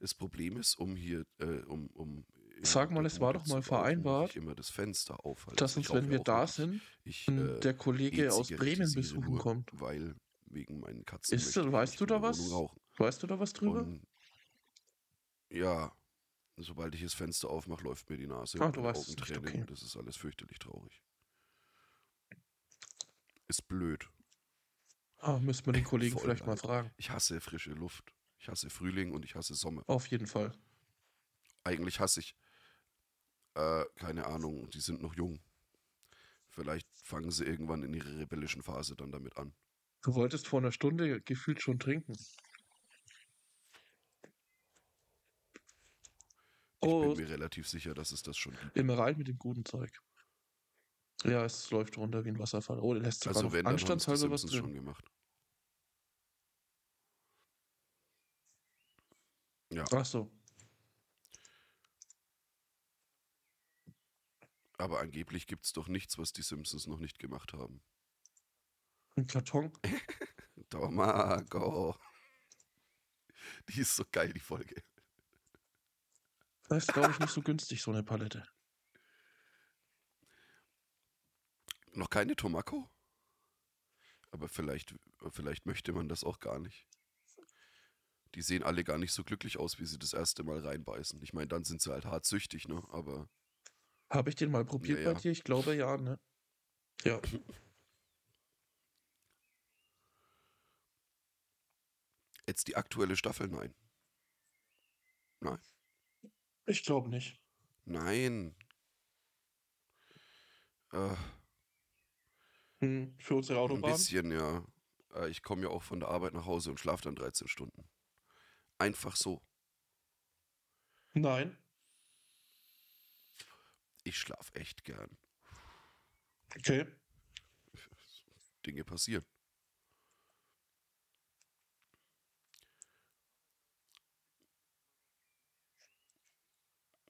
Speaker 2: Das Problem ist, um hier, äh, um, um. in
Speaker 1: Sag mal,
Speaker 2: der
Speaker 1: es war
Speaker 2: Bude
Speaker 1: doch mal
Speaker 2: zu rauchen, muss
Speaker 1: vereinbart,
Speaker 2: Ich immer das Fenster aufhalten.
Speaker 1: Dass
Speaker 2: Ich
Speaker 1: uns,
Speaker 2: rauche
Speaker 1: wenn
Speaker 2: ja
Speaker 1: wir
Speaker 2: auch
Speaker 1: da
Speaker 2: nicht.
Speaker 1: sind,
Speaker 2: Ich, äh,
Speaker 1: der Kollege aus
Speaker 2: E-Zigarette
Speaker 1: Bremen
Speaker 2: ziehe
Speaker 1: besuchen
Speaker 2: nur,
Speaker 1: kommt.
Speaker 2: Weil wegen meinen Katzen.
Speaker 1: Ist,
Speaker 2: möchte ich
Speaker 1: weißt
Speaker 2: nicht
Speaker 1: du
Speaker 2: in
Speaker 1: da
Speaker 2: der Wohnung
Speaker 1: was
Speaker 2: Rauchen.
Speaker 1: Weißt du da was drüber?
Speaker 2: Und ja, sobald ich das Fenster aufmache, läuft mir die Nase
Speaker 1: Ah,
Speaker 2: und
Speaker 1: du
Speaker 2: meine
Speaker 1: weißt es nicht,
Speaker 2: Augen tränen
Speaker 1: okay.
Speaker 2: und Das ist alles fürchterlich traurig. Ist blöd.
Speaker 1: Ah, müssen wir den
Speaker 2: <laughs>
Speaker 1: Kollegen
Speaker 2: voll
Speaker 1: vielleicht mal
Speaker 2: leid.
Speaker 1: fragen.
Speaker 2: Ich hasse frische Luft. Ich hasse Frühling und ich hasse Sommer.
Speaker 1: Auf jeden Fall.
Speaker 2: Eigentlich hasse ich, äh, keine Ahnung, die sind noch jung. Vielleicht fangen sie irgendwann in ihrer rebellischen Phase dann damit an.
Speaker 1: Du wolltest vor einer Stunde gefühlt schon trinken.
Speaker 2: Ich
Speaker 1: Oh,
Speaker 2: bin mir relativ sicher, dass es das schon gibt.
Speaker 1: immer rein mit dem guten Zeug. Ja, es läuft runter wie ein Wasserfall. Oh, der lässt sogar
Speaker 2: Also
Speaker 1: noch
Speaker 2: wenn, dann haben es die
Speaker 1: anstandshalber was
Speaker 2: Simpsons
Speaker 1: drin.
Speaker 2: schon gemacht. Ja,
Speaker 1: Ach so.
Speaker 2: aber angeblich gibt es doch nichts, was die Simpsons noch nicht gemacht haben.
Speaker 1: Ein Karton.
Speaker 2: Tomago. Die ist so geil, die Folge.
Speaker 1: Das ist, glaube ich, nicht so günstig, so eine Palette.
Speaker 2: Noch keine Tomako? Aber vielleicht, vielleicht möchte man das auch gar nicht. Die sehen alle gar nicht so glücklich aus, wie sie das erste Mal reinbeißen. Ich meine, dann sind sie halt hart süchtig, ne? Aber
Speaker 1: Habe ich den mal probiert
Speaker 2: Ja,
Speaker 1: bei
Speaker 2: ja.
Speaker 1: dir? Ich glaube ja, ne?
Speaker 2: <clears throat>
Speaker 1: Ja.
Speaker 2: jetzt die aktuelle Staffel, nein.
Speaker 1: Ich glaube nicht.
Speaker 2: Nein. Äh,
Speaker 1: Hm, für unsere
Speaker 2: ein
Speaker 1: Autobahn.
Speaker 2: bisschen, ja. Äh, Ich komme ja auch von der Arbeit nach Hause und schlafe dann 13 Stunden. Einfach so.
Speaker 1: Nein.
Speaker 2: Ich schlafe echt gern.
Speaker 1: Okay.
Speaker 2: Dinge passieren.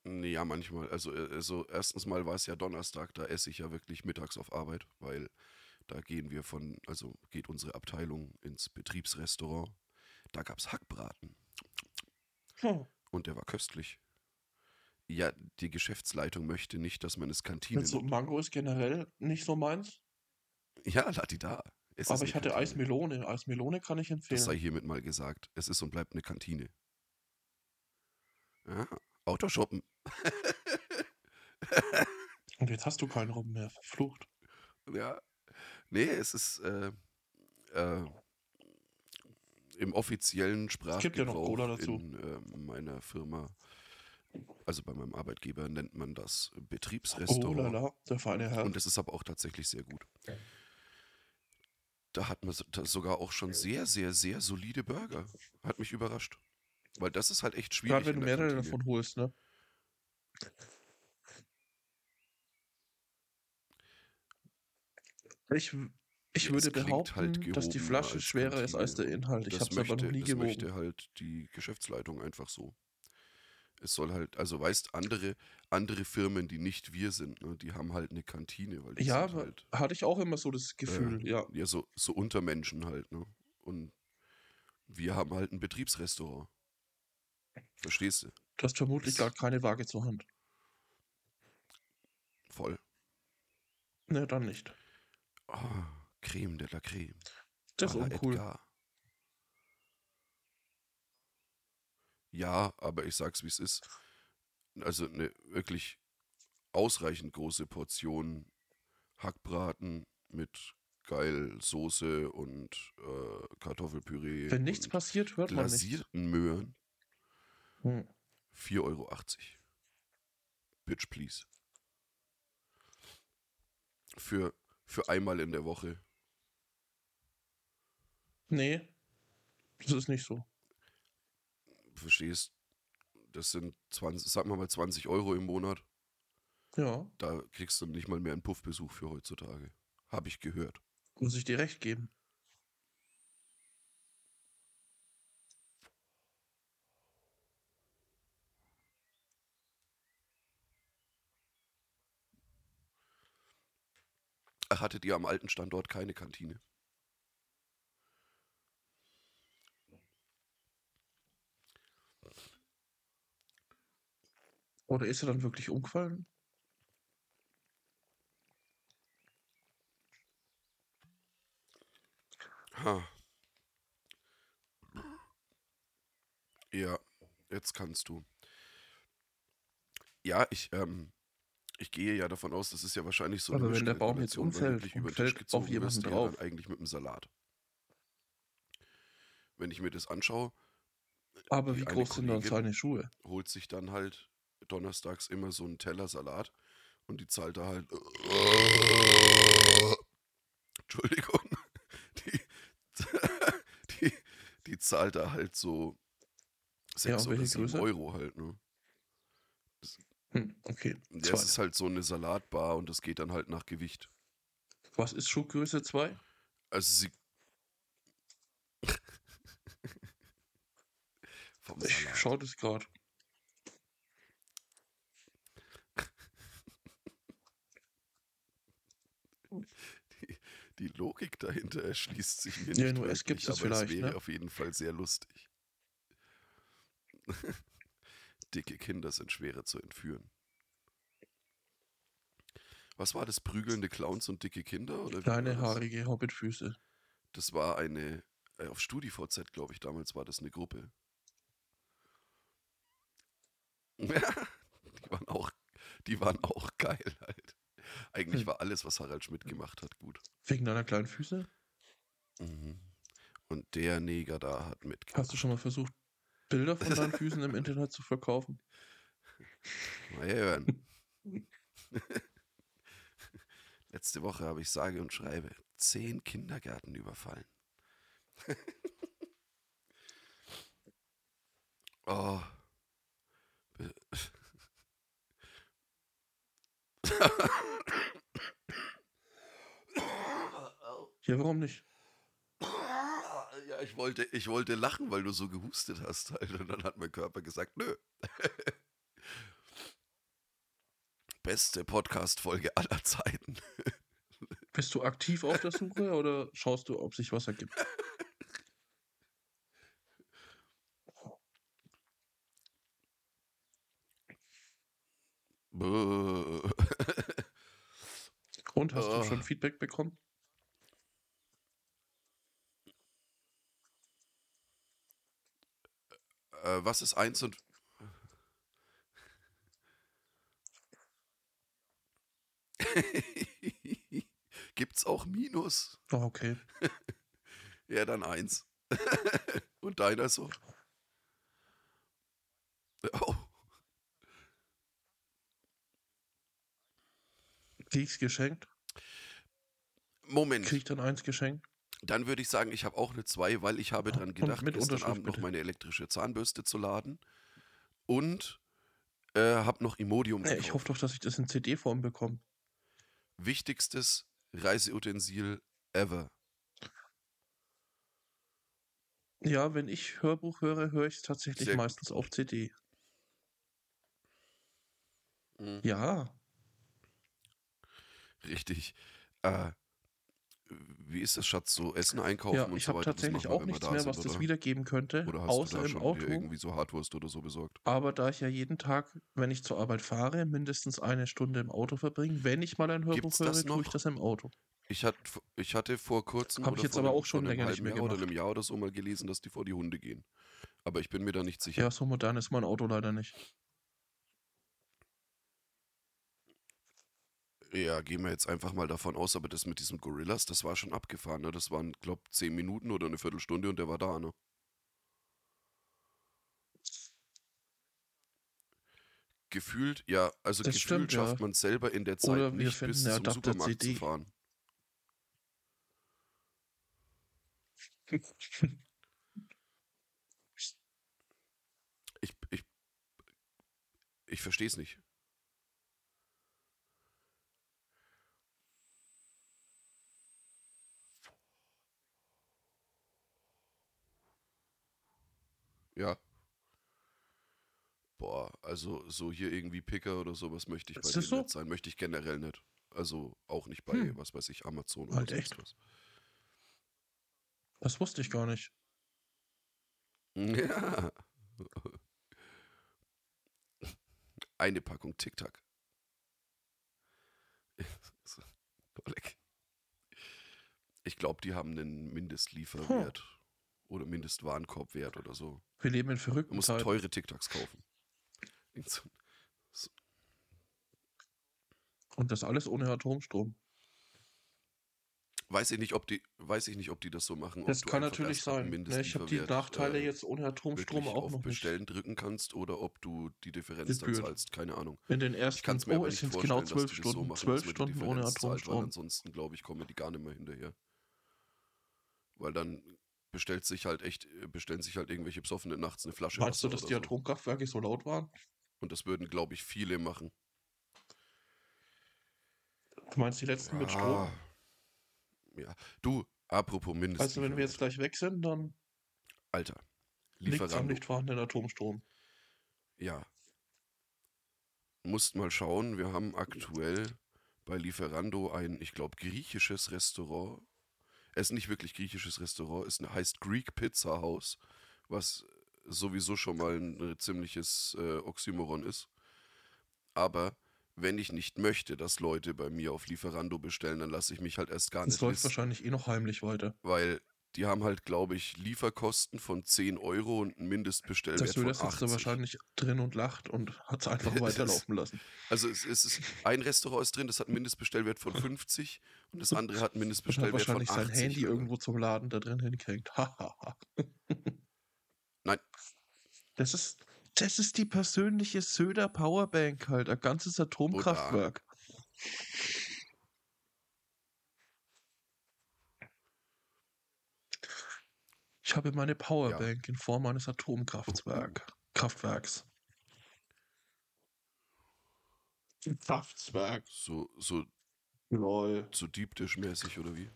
Speaker 2: Nee, Ja, manchmal. Also, äh, also erstens mal war es ja Donnerstag, da esse ich ja wirklich mittags auf Arbeit, weil da gehen wir von, also geht unsere Abteilung ins Betriebsrestaurant. Da gab es Hackbraten
Speaker 1: Oh,
Speaker 2: und der war köstlich. Ja, die Geschäftsleitung möchte nicht, dass man es Kantine
Speaker 1: also
Speaker 2: nennt.
Speaker 1: Mango ist generell nicht so meins.
Speaker 2: Ja, lad die da. Es ist
Speaker 1: Aber
Speaker 2: eine
Speaker 1: ich hatte
Speaker 2: Kantine.
Speaker 1: Eismelone. Eismelone kann ich
Speaker 2: Das sei
Speaker 1: empfehlen.
Speaker 2: hiermit mal gesagt. Es ist und bleibt eine Kantine. Ja, Autoshoppen.
Speaker 1: Und jetzt hast du keinen Rum mehr. Verflucht.
Speaker 2: Ja. Nee, es ist äh, äh, im offiziellen Sprachgebrauch
Speaker 1: gibt ja noch Cola dazu.
Speaker 2: in äh, meiner Firma, also bei meinem Arbeitgeber, nennt man das
Speaker 1: Oh
Speaker 2: Betriebsrestaurant.
Speaker 1: lala, der feine Herr.
Speaker 2: Und das ist aber auch tatsächlich sehr gut. Da hat man so- da sogar auch schon sehr, sehr, sehr solide Burger. Hat mich überrascht. Weil das ist halt echt schwierig.
Speaker 1: Gerade wenn
Speaker 2: in
Speaker 1: du
Speaker 2: der
Speaker 1: mehrere
Speaker 2: Kantine.
Speaker 1: davon holst, ne? Ich, Ich
Speaker 2: Ja,
Speaker 1: würde
Speaker 2: es klingt
Speaker 1: behaupten,
Speaker 2: halt
Speaker 1: dass die
Speaker 2: gehobener
Speaker 1: Flasche
Speaker 2: als
Speaker 1: schwerer ist als der
Speaker 2: Kantine.
Speaker 1: Inhalt. Ich
Speaker 2: Das
Speaker 1: habe es aber noch
Speaker 2: möchte,
Speaker 1: nie
Speaker 2: das
Speaker 1: gewogen.
Speaker 2: möchte halt die Geschäftsleitung einfach so. Es soll halt, also weißt, andere, andere Firmen, die nicht wir sind, ne, die haben halt eine Kantine, weil die
Speaker 1: Ja,
Speaker 2: sind
Speaker 1: aber
Speaker 2: halt
Speaker 1: hatte ich auch immer so das
Speaker 2: äh,
Speaker 1: Gefühl, ja.
Speaker 2: ja so, so Untermenschen halt, ne? Und wir haben halt ein Betriebsrestaurant. Verstehst du?
Speaker 1: Du hast vermutlich gar keine Waage zur Hand.
Speaker 2: Voll.
Speaker 1: Ne, dann nicht.
Speaker 2: Ah, Creme de la Creme.
Speaker 1: Das ist
Speaker 2: à la
Speaker 1: uncool.
Speaker 2: Ah, Edgar. Ja, aber ich sag's, wie es ist. Also eine wirklich ausreichend große Portion Hackbraten mit geil Soße und äh, Kartoffelpüree
Speaker 1: Wenn nichts
Speaker 2: und
Speaker 1: passiert, hört man nichts.
Speaker 2: glasierten Möhren.
Speaker 1: Hm.
Speaker 2: 4,80 Euro. Bitch, please. Für, für einmal in der Woche.
Speaker 1: Nee, das ist nicht so.
Speaker 2: Verstehst? Das sind 20, sagen wir mal 20 Euro im Monat.
Speaker 1: Ja,
Speaker 2: Da kriegst du nicht mal mehr einen Puffbesuch für heutzutage. Habe ich gehört.
Speaker 1: muss ich dir recht geben.
Speaker 2: Ach, hattet ihr am alten Standort keine Kantine?
Speaker 1: Oder ist er dann wirklich umgefallen?
Speaker 2: Ha. Ja, jetzt kannst du. Ja, ich, ähm, ich gehe ja davon aus, das ist ja wahrscheinlich so eine
Speaker 1: Aber Also wenn der
Speaker 2: Mischkalkulation,
Speaker 1: Baum jetzt
Speaker 2: weil
Speaker 1: umfällt
Speaker 2: wirklich
Speaker 1: und
Speaker 2: über den Tisch
Speaker 1: fällt auf
Speaker 2: gezogen
Speaker 1: jemanden
Speaker 2: wirst, ja dann
Speaker 1: drauf,
Speaker 2: eigentlich mit dem Salat. Wenn ich mir das anschaue,
Speaker 1: aber wie
Speaker 2: die Äh, eine
Speaker 1: groß sind dann
Speaker 2: Kollegin
Speaker 1: seine Schuhe?
Speaker 2: holt sich dann halt donnerstags immer so einen Teller Salat und die zahlt da halt. <laughs> Entschuldigung. Die, <laughs> die, die zahlt da halt so 6
Speaker 1: Ja, und
Speaker 2: oder
Speaker 1: welche
Speaker 2: 7
Speaker 1: Größe?
Speaker 2: Euro halt, ne? Das,
Speaker 1: Hm, okay,
Speaker 2: ja, es
Speaker 1: zwei.
Speaker 2: ist halt so eine Salatbar und das geht dann halt nach Gewicht.
Speaker 1: Was ist Schuhgröße 2?
Speaker 2: Also sie <laughs> vom
Speaker 1: Ich
Speaker 2: Salat.
Speaker 1: schaue das gerade.
Speaker 2: Die, die Logik dahinter erschließt sich mir
Speaker 1: Ja, in
Speaker 2: nicht
Speaker 1: US gibt
Speaker 2: wirklich,
Speaker 1: es das
Speaker 2: aber es
Speaker 1: vielleicht,
Speaker 2: wäre
Speaker 1: ne?
Speaker 2: auf jeden Fall sehr lustig. <laughs> Dicke Kinder sind schwerer zu entführen. Was war das? Prügelnde Clowns und dicke Kinder? Oder wie war
Speaker 1: Kleine,
Speaker 2: das?
Speaker 1: haarige Hobbitfüße.
Speaker 2: Das war eine, äh, auf StudiVZ, glaube ich, damals war das eine Gruppe. <laughs> die waren auch, die waren auch geil halt. Eigentlich
Speaker 1: Hm.
Speaker 2: war alles, was Harald Schmidt gemacht hat, gut.
Speaker 1: Wegen deiner kleinen Füße?
Speaker 2: Mhm. Und der Neger da hat
Speaker 1: Hast du schon
Speaker 2: mitgemacht.
Speaker 1: mal versucht, Bilder von
Speaker 2: <laughs>
Speaker 1: deinen Füßen im Internet zu verkaufen?
Speaker 2: Mal hören.
Speaker 1: <laughs>
Speaker 2: Letzte Woche habe ich sage und schreibe zehn Kindergärten überfallen. <laughs>
Speaker 1: <laughs>
Speaker 2: Oh. <laughs> be-
Speaker 1: Ja, warum nicht?
Speaker 2: Ja, ich wollte, ich wollte lachen, weil du so gehustet hast <laughs> halt. Und dann hat mein Körper gesagt, nö. <laughs> Beste Podcast-Folge aller Zeiten.
Speaker 1: Bist du aktiv auf der
Speaker 2: <laughs>
Speaker 1: Suche oder schaust du, ob sich was ergibt?
Speaker 2: Buh.
Speaker 1: Und hast du
Speaker 2: Oh.
Speaker 1: schon Feedback bekommen?
Speaker 2: Äh, was ist eins und <laughs> Gibt's auch Minus?
Speaker 1: Ah, okay.
Speaker 2: Ja, dann eins. <laughs> Und deiner so? Oh,
Speaker 1: Krieg's geschenkt?
Speaker 2: Moment.
Speaker 1: Krieg dann eins geschenkt?
Speaker 2: Dann würde ich sagen, ich habe auch eine 2, weil ich habe dran
Speaker 1: Und
Speaker 2: gedacht,
Speaker 1: <laughs> mit
Speaker 2: gestern
Speaker 1: Unterschrift
Speaker 2: Abend noch
Speaker 1: bitte.
Speaker 2: meine elektrische Zahnbürste zu laden und äh, habe noch Imodium
Speaker 1: Ja, ich hoffe
Speaker 2: gekauft.
Speaker 1: doch, dass ich das in CD-Form bekomme.
Speaker 2: Wichtigstes Reiseutensil ever.
Speaker 1: Ja, wenn ich Hörbuch höre, höre ich es tatsächlich
Speaker 2: Sehr gut.
Speaker 1: meistens auf CD.
Speaker 3: Mhm.
Speaker 1: Ja,
Speaker 2: Richtig. Äh, wie ist das, Schatz? So Essen einkaufen
Speaker 1: ja
Speaker 2: und
Speaker 1: ich
Speaker 2: so
Speaker 1: habe
Speaker 2: weiter. das
Speaker 1: tatsächlich
Speaker 2: machen wir,
Speaker 1: auch
Speaker 2: wenn wir
Speaker 1: nichts
Speaker 2: da
Speaker 1: mehr,
Speaker 2: sind,
Speaker 1: was das
Speaker 2: oder?
Speaker 1: wiedergeben könnte,
Speaker 2: Oder hast
Speaker 1: außer
Speaker 2: du da
Speaker 1: im
Speaker 2: schon
Speaker 1: Auto.
Speaker 2: dir irgendwie so Hardwurst oder so besorgt?
Speaker 1: Aber da ich ja jeden Tag, wenn ich zur Arbeit fahre, mindestens eine Stunde im Auto verbringe, wenn ich mal ein Hörbuch
Speaker 2: Gibt's das
Speaker 1: höre, tue ich
Speaker 2: noch?
Speaker 1: das im Auto.
Speaker 2: Ich, hat, ich hatte vor kurzem
Speaker 1: Hab
Speaker 2: oder
Speaker 1: ich jetzt
Speaker 2: vor
Speaker 1: aber
Speaker 2: einem,
Speaker 1: auch schon
Speaker 2: vor einem
Speaker 1: länger nicht
Speaker 2: halben
Speaker 1: mehr
Speaker 2: Jahr oder einem
Speaker 1: gemacht.
Speaker 2: Jahr oder so mal gelesen, dass die vor die Hunde gehen. Aber ich bin mir da nicht sicher.
Speaker 1: Ja, so modern ist mein Auto leider nicht. <laughs>
Speaker 2: Ja, gehen wir jetzt einfach mal davon aus, aber das mit diesem Gorillas, das war schon abgefahren, ne? Das waren, glaub, zehn Minuten oder eine Viertelstunde und der war da, ne? Gefühlt, ja, also
Speaker 1: Das
Speaker 2: gefühlt
Speaker 1: stimmt, ja.
Speaker 2: schafft man es selber in der Zeit
Speaker 1: Oder wir
Speaker 2: nicht
Speaker 1: finden
Speaker 2: bis
Speaker 1: eine
Speaker 2: zum Supermarkt zu
Speaker 1: Adapter-CD.
Speaker 2: fahren. Ich, ich, ich verstehe es nicht. Ja. Boah, also so hier irgendwie Picker oder sowas möchte ich bei
Speaker 1: Ist
Speaker 2: denen
Speaker 1: das so?
Speaker 2: nicht sein. Möchte ich generell nicht. Also auch nicht bei,
Speaker 1: Hm.
Speaker 2: was weiß ich, Amazon
Speaker 1: Halt
Speaker 2: oder sonst
Speaker 1: echt?
Speaker 2: was.
Speaker 1: Das wusste ich gar nicht.
Speaker 2: Ja. <laughs> Eine Packung Tic <laughs> Tac. So, leck. Ich glaube, die haben einen
Speaker 1: Hm.
Speaker 2: Mindestlieferwert oder Mindestwarenkorbwert oder so.
Speaker 1: Wir leben in
Speaker 2: Man
Speaker 1: verrückten
Speaker 2: muss
Speaker 1: Zeiten.
Speaker 2: teure Tic Tacs kaufen. Irgend so-
Speaker 1: Und das alles ohne Atomstrom.
Speaker 2: Weiß ich nicht, ob die, weiß ich nicht, ob die das so machen. ob
Speaker 1: Das
Speaker 2: du
Speaker 1: kann
Speaker 2: einfach
Speaker 1: natürlich
Speaker 2: erst ab einem
Speaker 1: sein. Ne, ich habe die
Speaker 2: Mindestlieferwert,
Speaker 1: Nachteile
Speaker 2: äh,
Speaker 1: jetzt ohne Atomstrom
Speaker 2: wirklich
Speaker 1: auch
Speaker 2: auf
Speaker 1: noch nicht.
Speaker 2: Bestellen drücken kannst oder ob du die Differenz dann
Speaker 1: Gebührt.
Speaker 2: zahlst. Keine Ahnung.
Speaker 1: In den ersten,
Speaker 2: Ich kann es mir
Speaker 1: oh,
Speaker 2: aber
Speaker 1: es
Speaker 2: nicht
Speaker 1: sind
Speaker 2: vorstellen,
Speaker 1: genau
Speaker 2: dass
Speaker 1: zwölf
Speaker 2: die das so
Speaker 1: Stunden,
Speaker 2: machen,
Speaker 1: zwölf
Speaker 2: dass man die
Speaker 1: Stunden ohne
Speaker 2: Differenz zahlt, weil
Speaker 1: Atomstrom.
Speaker 2: ansonsten, glaube ich, kommen wir die gar nicht mehr hinterher. Weil dann bestellt sich halt echt, äh, bestellen sich halt irgendwelche Besoffenen nachts eine Flasche
Speaker 1: Meinst du,
Speaker 2: Wasser
Speaker 1: dass die
Speaker 2: oder so.
Speaker 1: Atomkraftwerke so laut waren?
Speaker 2: Und das würden, glaube ich, viele machen.
Speaker 1: Du meinst die letzten mit Strom?
Speaker 2: Ah. Ja. Du, apropos Mindest.
Speaker 1: Also wenn wir jetzt gleich weg sind, dann
Speaker 2: Alter,
Speaker 1: liegt am
Speaker 2: Lieferando.
Speaker 1: nicht vorhandenen Atomstrom.
Speaker 2: Ja. Musst mal schauen, wir haben aktuell bei Lieferando ein, ich glaube, griechisches Restaurant. Es ist nicht wirklich griechisches Restaurant, es heißt Greek Pizza House, was sowieso schon mal ein äh, ziemliches äh, Oxymoron ist. Aber wenn ich nicht möchte, dass Leute bei mir auf Lieferando bestellen, dann lasse ich mich halt erst gar
Speaker 1: Das
Speaker 2: nicht
Speaker 1: läuft
Speaker 2: listen
Speaker 1: wahrscheinlich eh noch heimlich
Speaker 2: Äh,
Speaker 1: weiter.
Speaker 2: weil die haben halt, glaube ich, Lieferkosten von 10 Euro und einen Mindestbestellwert
Speaker 1: Das Söder
Speaker 2: von
Speaker 1: sitzt da
Speaker 2: 80.
Speaker 1: wahrscheinlich drin und lacht und hat es einfach
Speaker 2: <laughs> Das-
Speaker 1: weiterlaufen lassen.
Speaker 2: Also es, es ist ein Restaurant ist drin, das hat einen Mindestbestellwert von 50 und das andere hat einen
Speaker 1: Und hat
Speaker 2: Mindestbestellwert von
Speaker 1: wahrscheinlich
Speaker 2: 80.
Speaker 1: sein Handy
Speaker 2: Alter.
Speaker 1: irgendwo zum Laden da drin <laughs> hingehängt. Hahaha.
Speaker 2: Nein.
Speaker 1: Das ist, das ist die persönliche Söder Powerbank halt, ein ganzes Atomkraftwerk. Ich habe meine Powerbank in Form eines Atomkraftwerks. Kraftwerks. Kraftwerk.
Speaker 2: So, so,
Speaker 1: Lol.
Speaker 2: so Diebtischmäßig oder wie?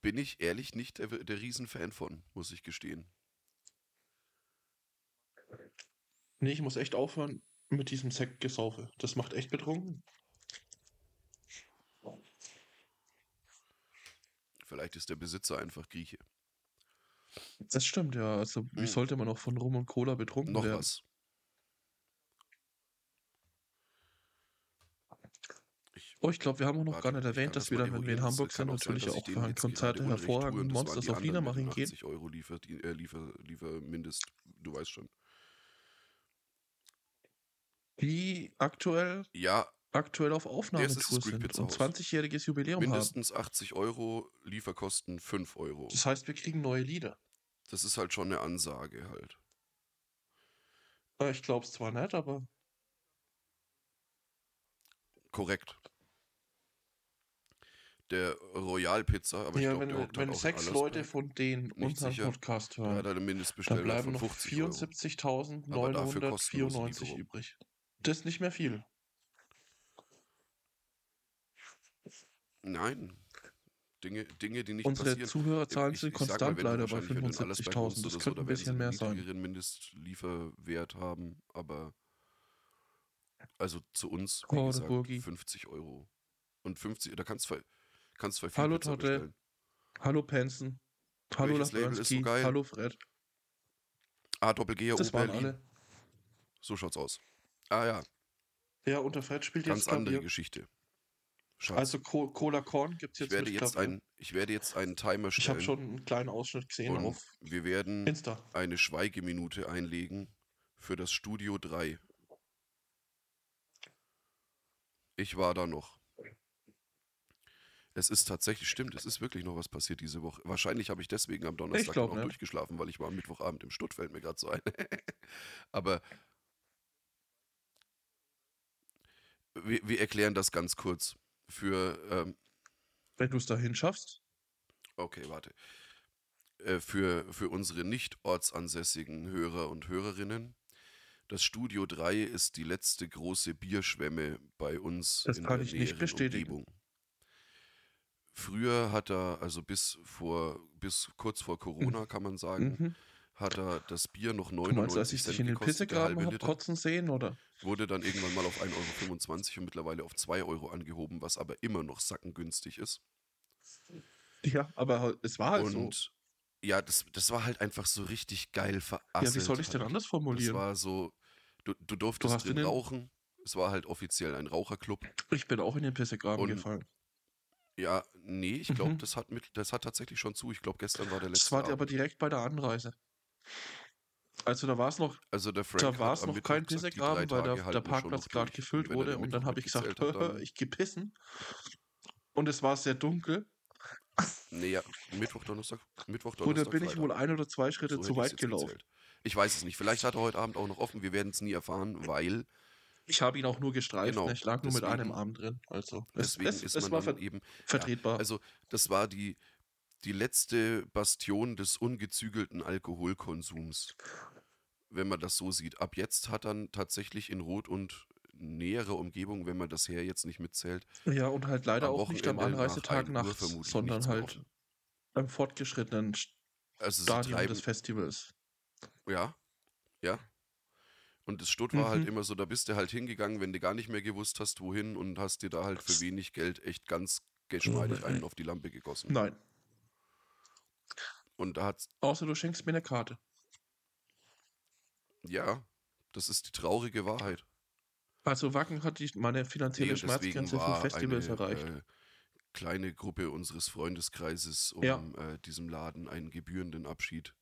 Speaker 2: Bin ich ehrlich nicht der, der Riesenfan von, muss ich gestehen.
Speaker 1: Nee, ich muss echt aufhören mit diesem Sektgesaufe. Das macht echt betrunken.
Speaker 2: Vielleicht ist der Besitzer einfach Grieche.
Speaker 1: Das stimmt ja. Also, wie
Speaker 2: Mm.
Speaker 1: sollte man auch von Rum und Cola betrunken
Speaker 2: Noch
Speaker 1: werden?
Speaker 2: was. Ich
Speaker 1: Oh, ich glaube, wir haben auch noch
Speaker 2: Warte,
Speaker 1: gar nicht
Speaker 2: ich
Speaker 1: erwähnt,
Speaker 2: kann
Speaker 1: dass
Speaker 2: das
Speaker 1: wir
Speaker 2: mal
Speaker 1: dann, wenn wir in
Speaker 2: eruieren. Es
Speaker 1: Hamburg
Speaker 2: kann
Speaker 1: sind,
Speaker 2: auch sein,
Speaker 1: natürlich
Speaker 2: dass ich
Speaker 1: auch
Speaker 2: denen
Speaker 1: für ein
Speaker 2: jetzt gerade
Speaker 1: Konzert der
Speaker 2: Unrecht tue
Speaker 1: hervorragenden
Speaker 2: und das waren
Speaker 1: Monsters
Speaker 2: die
Speaker 1: auf
Speaker 2: anderen
Speaker 1: Liedermaching
Speaker 2: mit
Speaker 1: gehen.
Speaker 2: 80 Euro liefer, die, äh, liefer, liefer Mindest, du weißt schon.
Speaker 1: Die aktuell,
Speaker 2: Ja,
Speaker 1: aktuell auf
Speaker 2: Erstes ist
Speaker 1: Aufnahmetour
Speaker 2: Greek
Speaker 1: sind
Speaker 2: Pizza
Speaker 1: und
Speaker 2: House.
Speaker 1: 20-jähriges Jubiläum haben.
Speaker 2: mindestens 80 Euro, Lieferkosten 5 Euro.
Speaker 1: Das heißt, wir kriegen neue Lieder.
Speaker 2: Das ist halt schon eine Ansage halt.
Speaker 1: Äh, Ich glaube es zwar nicht, aber
Speaker 2: Korrekt. Der Royal Pizza, aber ich
Speaker 1: ja,
Speaker 2: glaube,
Speaker 1: wenn,
Speaker 2: der
Speaker 1: wir-
Speaker 2: hockt halt
Speaker 1: wenn
Speaker 2: auch in
Speaker 1: sechs Leute
Speaker 2: Allersberg.
Speaker 1: von denen
Speaker 2: Nicht
Speaker 1: unseren
Speaker 2: sicher.
Speaker 1: Podcast
Speaker 2: Der hat
Speaker 1: hören,
Speaker 2: halt einen
Speaker 1: dann
Speaker 2: Mindestbestellwert
Speaker 1: bleiben
Speaker 2: von
Speaker 1: noch
Speaker 2: 50 Euro.
Speaker 1: 74.994
Speaker 2: Lieferung.
Speaker 1: übrig. Das ist nicht mehr viel.
Speaker 2: Nein. Dinge, Dinge die nicht
Speaker 1: Unsere
Speaker 2: passieren.
Speaker 1: Zuhörerzahlen
Speaker 2: Ich-
Speaker 1: sind
Speaker 2: ich sag mal, wenn
Speaker 1: konstant
Speaker 2: du
Speaker 1: leider bei
Speaker 2: wahrscheinlich, wenn du in
Speaker 1: 75.000.
Speaker 2: Allesbein wohnst
Speaker 1: Das
Speaker 2: oder
Speaker 1: könnte
Speaker 2: da
Speaker 1: ein
Speaker 2: werden sie
Speaker 1: bisschen
Speaker 2: einen
Speaker 1: mehr sein.
Speaker 2: niedrigeren Mindestlieferwert haben, aber also zu uns, wie
Speaker 1: Oh, der
Speaker 2: gesagt,
Speaker 1: Burgi.
Speaker 2: 50 Euro. Und 50, da kannst du zwei, kannst zwei
Speaker 1: Hallo,
Speaker 2: Pizza
Speaker 1: Totte.
Speaker 2: bestellen.
Speaker 1: Hallo Penson. Hallo
Speaker 2: Welches Label ist so
Speaker 1: Labrönski.
Speaker 2: geil?
Speaker 1: Hallo Fred.
Speaker 2: Ah, Doppel-G,
Speaker 1: Das waren
Speaker 2: Berlin.
Speaker 1: alle.
Speaker 2: So schaut's aus. Ah ja,
Speaker 1: Ja, unter Fred spielt
Speaker 2: ganz
Speaker 1: jetzt glaub
Speaker 2: andere
Speaker 1: ich,
Speaker 2: Geschichte. Schatz,
Speaker 1: Also Co Cola Corn gibt es
Speaker 2: ich,
Speaker 1: jetzt
Speaker 2: werde
Speaker 1: mit
Speaker 2: jetzt
Speaker 1: Klavier.
Speaker 2: ein, ich werde jetzt einen Timer
Speaker 1: ne? Ich
Speaker 2: stellen
Speaker 1: habe schon einen kleinen Ausschnitt gesehen
Speaker 2: und
Speaker 1: auf
Speaker 2: wir werden
Speaker 1: Insta.
Speaker 2: eine Schweigeminute einlegen für das Studio 3. Ich war da noch. Es ist tatsächlich, stimmt, es ist wirklich noch was passiert diese Woche. Wahrscheinlich habe ich deswegen am Donnerstag
Speaker 1: glaub,
Speaker 2: noch
Speaker 1: ne?
Speaker 2: durchgeschlafen, weil ich war am Mittwochabend im Stutt, fällt mir gerade so ein. <laughs> Aber wir, wir erklären das ganz kurz für ähm,
Speaker 1: Wenn du es dahin schaffst.
Speaker 2: Okay, warte. Äh, für, für unsere nicht ortsansässigen Hörer und Hörerinnen. Das Studio 3 ist die letzte große Bierschwemme bei uns
Speaker 1: Das kann ich nicht
Speaker 2: näheren
Speaker 1: bestätigen.
Speaker 2: Früher hat er, also bis vor, bis kurz vor Corona kann man sagen,
Speaker 1: Mhm.
Speaker 2: hat er das Bier noch
Speaker 1: Du meinst, als
Speaker 2: 99
Speaker 1: ich
Speaker 2: Cent
Speaker 1: dich in den
Speaker 2: gekostet, der halbe
Speaker 1: Pissegraben habe
Speaker 2: Liter.
Speaker 1: kotzen sehen, oder?
Speaker 2: Wurde dann irgendwann mal auf 1,25 Euro und mittlerweile auf 2 Euro angehoben, was aber immer noch sackengünstig ist.
Speaker 1: Ja, aber es war halt so.
Speaker 2: Und ja, das, das war halt einfach so richtig geil verasselt.
Speaker 1: Ja, wie soll ich denn
Speaker 2: halt.
Speaker 1: anders
Speaker 2: Das
Speaker 1: formulieren?
Speaker 2: war so, du, du durftest
Speaker 1: hast in
Speaker 2: drin
Speaker 1: den-
Speaker 2: rauchen. Es war halt offiziell ein Raucherclub.
Speaker 1: ich bin auch in den Pissegraben
Speaker 2: Und-
Speaker 1: gefallen.
Speaker 2: Ja, nee, ich glaube,
Speaker 1: Mhm.
Speaker 2: das hat mit, das hat tatsächlich schon zu. Ich glaube, gestern war der letzte.
Speaker 1: Das war
Speaker 2: Abend.
Speaker 1: aber direkt bei der Anreise. Also da war es noch,
Speaker 2: also der Frank
Speaker 1: da war
Speaker 2: hat
Speaker 1: es
Speaker 2: am
Speaker 1: noch
Speaker 2: Mittwoch
Speaker 1: kein
Speaker 2: gesagt, die drei
Speaker 1: Pissegraben, weil
Speaker 2: Tage
Speaker 1: der, der
Speaker 2: halten wir schon
Speaker 1: Parkplatz
Speaker 2: noch
Speaker 1: gerade
Speaker 2: durch.
Speaker 1: gefüllt
Speaker 2: wenn er
Speaker 1: wurde
Speaker 2: am
Speaker 1: und dann
Speaker 2: Mittwoch
Speaker 1: habe ich gesagt,
Speaker 2: mitgezählt hat, dann-
Speaker 1: <laughs> ich geh pissen. Und es war sehr dunkel
Speaker 2: Nee, ja, Mittwoch, Donnerstag, Mittwoch,
Speaker 1: und
Speaker 2: Donnerstag.
Speaker 1: dann bin ich
Speaker 2: Freitag.
Speaker 1: wohl ein oder zwei Schritte
Speaker 2: So hätte
Speaker 1: zu
Speaker 2: ich's
Speaker 1: weit
Speaker 2: jetzt
Speaker 1: gelaufen.
Speaker 2: gezählt. Ich weiß es nicht. Vielleicht hat er heute Abend auch noch offen. Wir werden es nie erfahren, weil
Speaker 1: Ich habe ihn auch nur gestreift,
Speaker 2: Genau,
Speaker 1: ne? ich lag nur mit
Speaker 2: deswegen-
Speaker 1: einem Arm drin. Also es,
Speaker 2: deswegen
Speaker 1: es,
Speaker 2: ist
Speaker 1: es
Speaker 2: man
Speaker 1: war
Speaker 2: dann eh,
Speaker 1: ver
Speaker 2: eben
Speaker 1: vertretbar.
Speaker 2: Also, das war die, die letzte Bastion des ungezügelten Alkoholkonsums. Wenn man das so sieht. Ab jetzt hat dann tatsächlich in Rot und nähere Umgebung, wenn man das her jetzt nicht mitzählt,
Speaker 1: ja, und halt leider
Speaker 2: am
Speaker 1: auch nicht am
Speaker 2: Wochenende nach
Speaker 1: Anreisetag
Speaker 2: 1 Uhr
Speaker 1: nachts,
Speaker 2: vermutlich
Speaker 1: sondern
Speaker 2: nichts mehr
Speaker 1: halt
Speaker 2: offen.
Speaker 1: am fortgeschrittenen
Speaker 2: also sie
Speaker 1: Stadium
Speaker 2: treiben,
Speaker 1: des Festivals.
Speaker 2: ja, ja. Und das Stutt war
Speaker 1: Mhm.
Speaker 2: halt immer so, da bist du halt hingegangen, wenn du gar nicht mehr gewusst hast, wohin und hast dir da halt für wenig Geld echt ganz geschmeidig einen auf die Lampe gegossen.
Speaker 1: Nein,
Speaker 2: Und da hat's
Speaker 1: außer du schenkst mir eine Karte.
Speaker 2: ja, das ist die traurige Wahrheit.
Speaker 1: Also Wacken hat die, meine
Speaker 2: Nee,
Speaker 1: finanzielle
Speaker 2: und deswegen
Speaker 1: Schmerzgrenze für
Speaker 2: war
Speaker 1: Festivals
Speaker 2: eine,
Speaker 1: erreicht.
Speaker 2: Äh, kleine Gruppe unseres Freundeskreises, um
Speaker 1: Ja.
Speaker 2: äh, diesem Laden einen gebührenden Abschied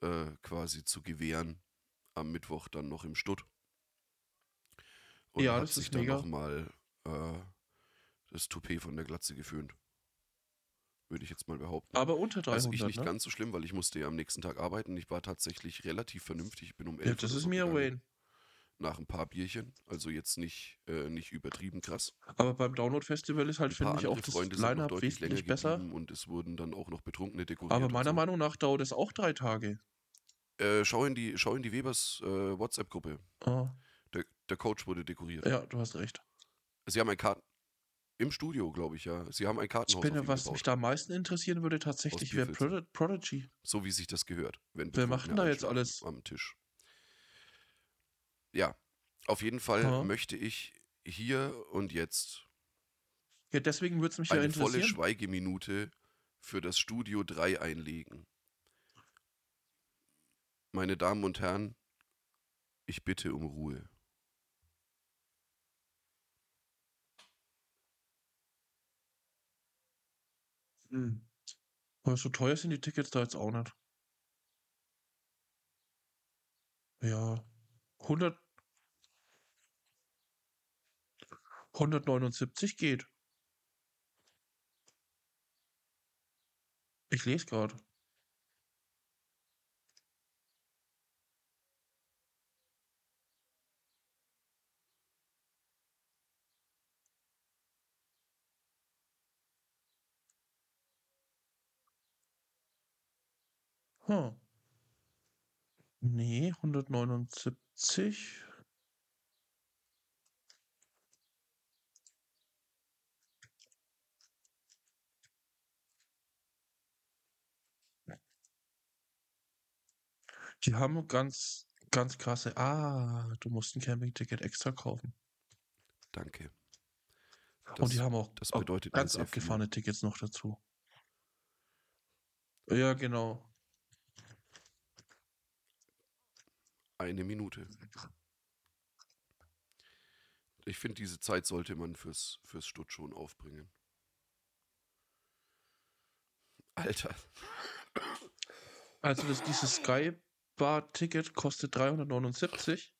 Speaker 2: äh, quasi zu gewähren. Am Mittwoch dann noch im Stutt. Und
Speaker 1: Ja,
Speaker 2: hat
Speaker 1: das
Speaker 2: sich
Speaker 1: ist
Speaker 2: dann
Speaker 1: mega.
Speaker 2: nochmal äh, das Toupet von der Glatze geföhnt. Würde ich jetzt mal behaupten.
Speaker 1: Aber unter 300,
Speaker 2: also ich nicht
Speaker 1: ne?
Speaker 2: ganz so schlimm, weil ich musste ja am nächsten Tag arbeiten. Ich war tatsächlich relativ vernünftig. Ich bin um 11
Speaker 1: ja, das
Speaker 2: oder
Speaker 1: ist
Speaker 2: so
Speaker 1: mir
Speaker 2: gegangen,
Speaker 1: Wayne.
Speaker 2: nach ein paar Bierchen. Also jetzt nicht, äh, nicht übertrieben krass.
Speaker 1: Aber beim Download-Festival ist halt,
Speaker 2: Ein paar
Speaker 1: finde ich, auch
Speaker 2: andere
Speaker 1: das
Speaker 2: Freunde sind noch
Speaker 1: Line-Up
Speaker 2: deutlich länger
Speaker 1: wesentlich besser.
Speaker 2: geblieben Und es wurden dann auch noch Betrunkene dekoriert.
Speaker 1: Aber
Speaker 2: und
Speaker 1: meiner
Speaker 2: so.
Speaker 1: Meinung nach dauert es auch drei Tage.
Speaker 2: Äh, schau, in die, schau in die Webers äh, WhatsApp-Gruppe.
Speaker 1: Ah,
Speaker 2: Der, der Coach wurde dekoriert.
Speaker 1: ja, du hast recht.
Speaker 2: Sie haben ein Karten. Im Studio, glaube ich, ja. Sie haben ein Kartenhaus auf
Speaker 1: Spinne,
Speaker 2: ihm
Speaker 1: was
Speaker 2: gebaut,
Speaker 1: mich da am meisten interessieren würde, tatsächlich wäre
Speaker 2: Bierfilzen.
Speaker 1: Prod Prodigy.
Speaker 2: So wie sich das gehört. Wenn
Speaker 1: Wer macht
Speaker 2: Betrunkene
Speaker 1: denn da jetzt
Speaker 2: einschlafen
Speaker 1: alles?
Speaker 2: Am Tisch. Ja, auf jeden Fall
Speaker 1: Ja.
Speaker 2: möchte ich hier und jetzt
Speaker 1: Ja, deswegen würde es mich ja
Speaker 2: eine volle
Speaker 1: interessieren.
Speaker 2: Schweigeminute für das Studio 3 einlegen. Meine Damen und Herren, ich bitte um Ruhe.
Speaker 1: Hm. Aber so teuer sind die Tickets da jetzt auch nicht. Ja, 100, 179 geht. Ich lese gerade. Hm. Nee, 179. Die haben ganz, ganz krasse. Ah, du musst ein Campingticket extra kaufen.
Speaker 2: Danke.
Speaker 1: Und die haben auch,
Speaker 2: das
Speaker 1: auch
Speaker 2: bedeutet mir
Speaker 1: Oh, ganz
Speaker 2: sehr viel.
Speaker 1: abgefahrene Tickets noch dazu. Ja, genau.
Speaker 2: Eine Minute. Ich finde, diese Zeit sollte man fürs, fürs Stutt schon aufbringen. Alter.
Speaker 1: Also das, dieses Skybar-Ticket kostet 379.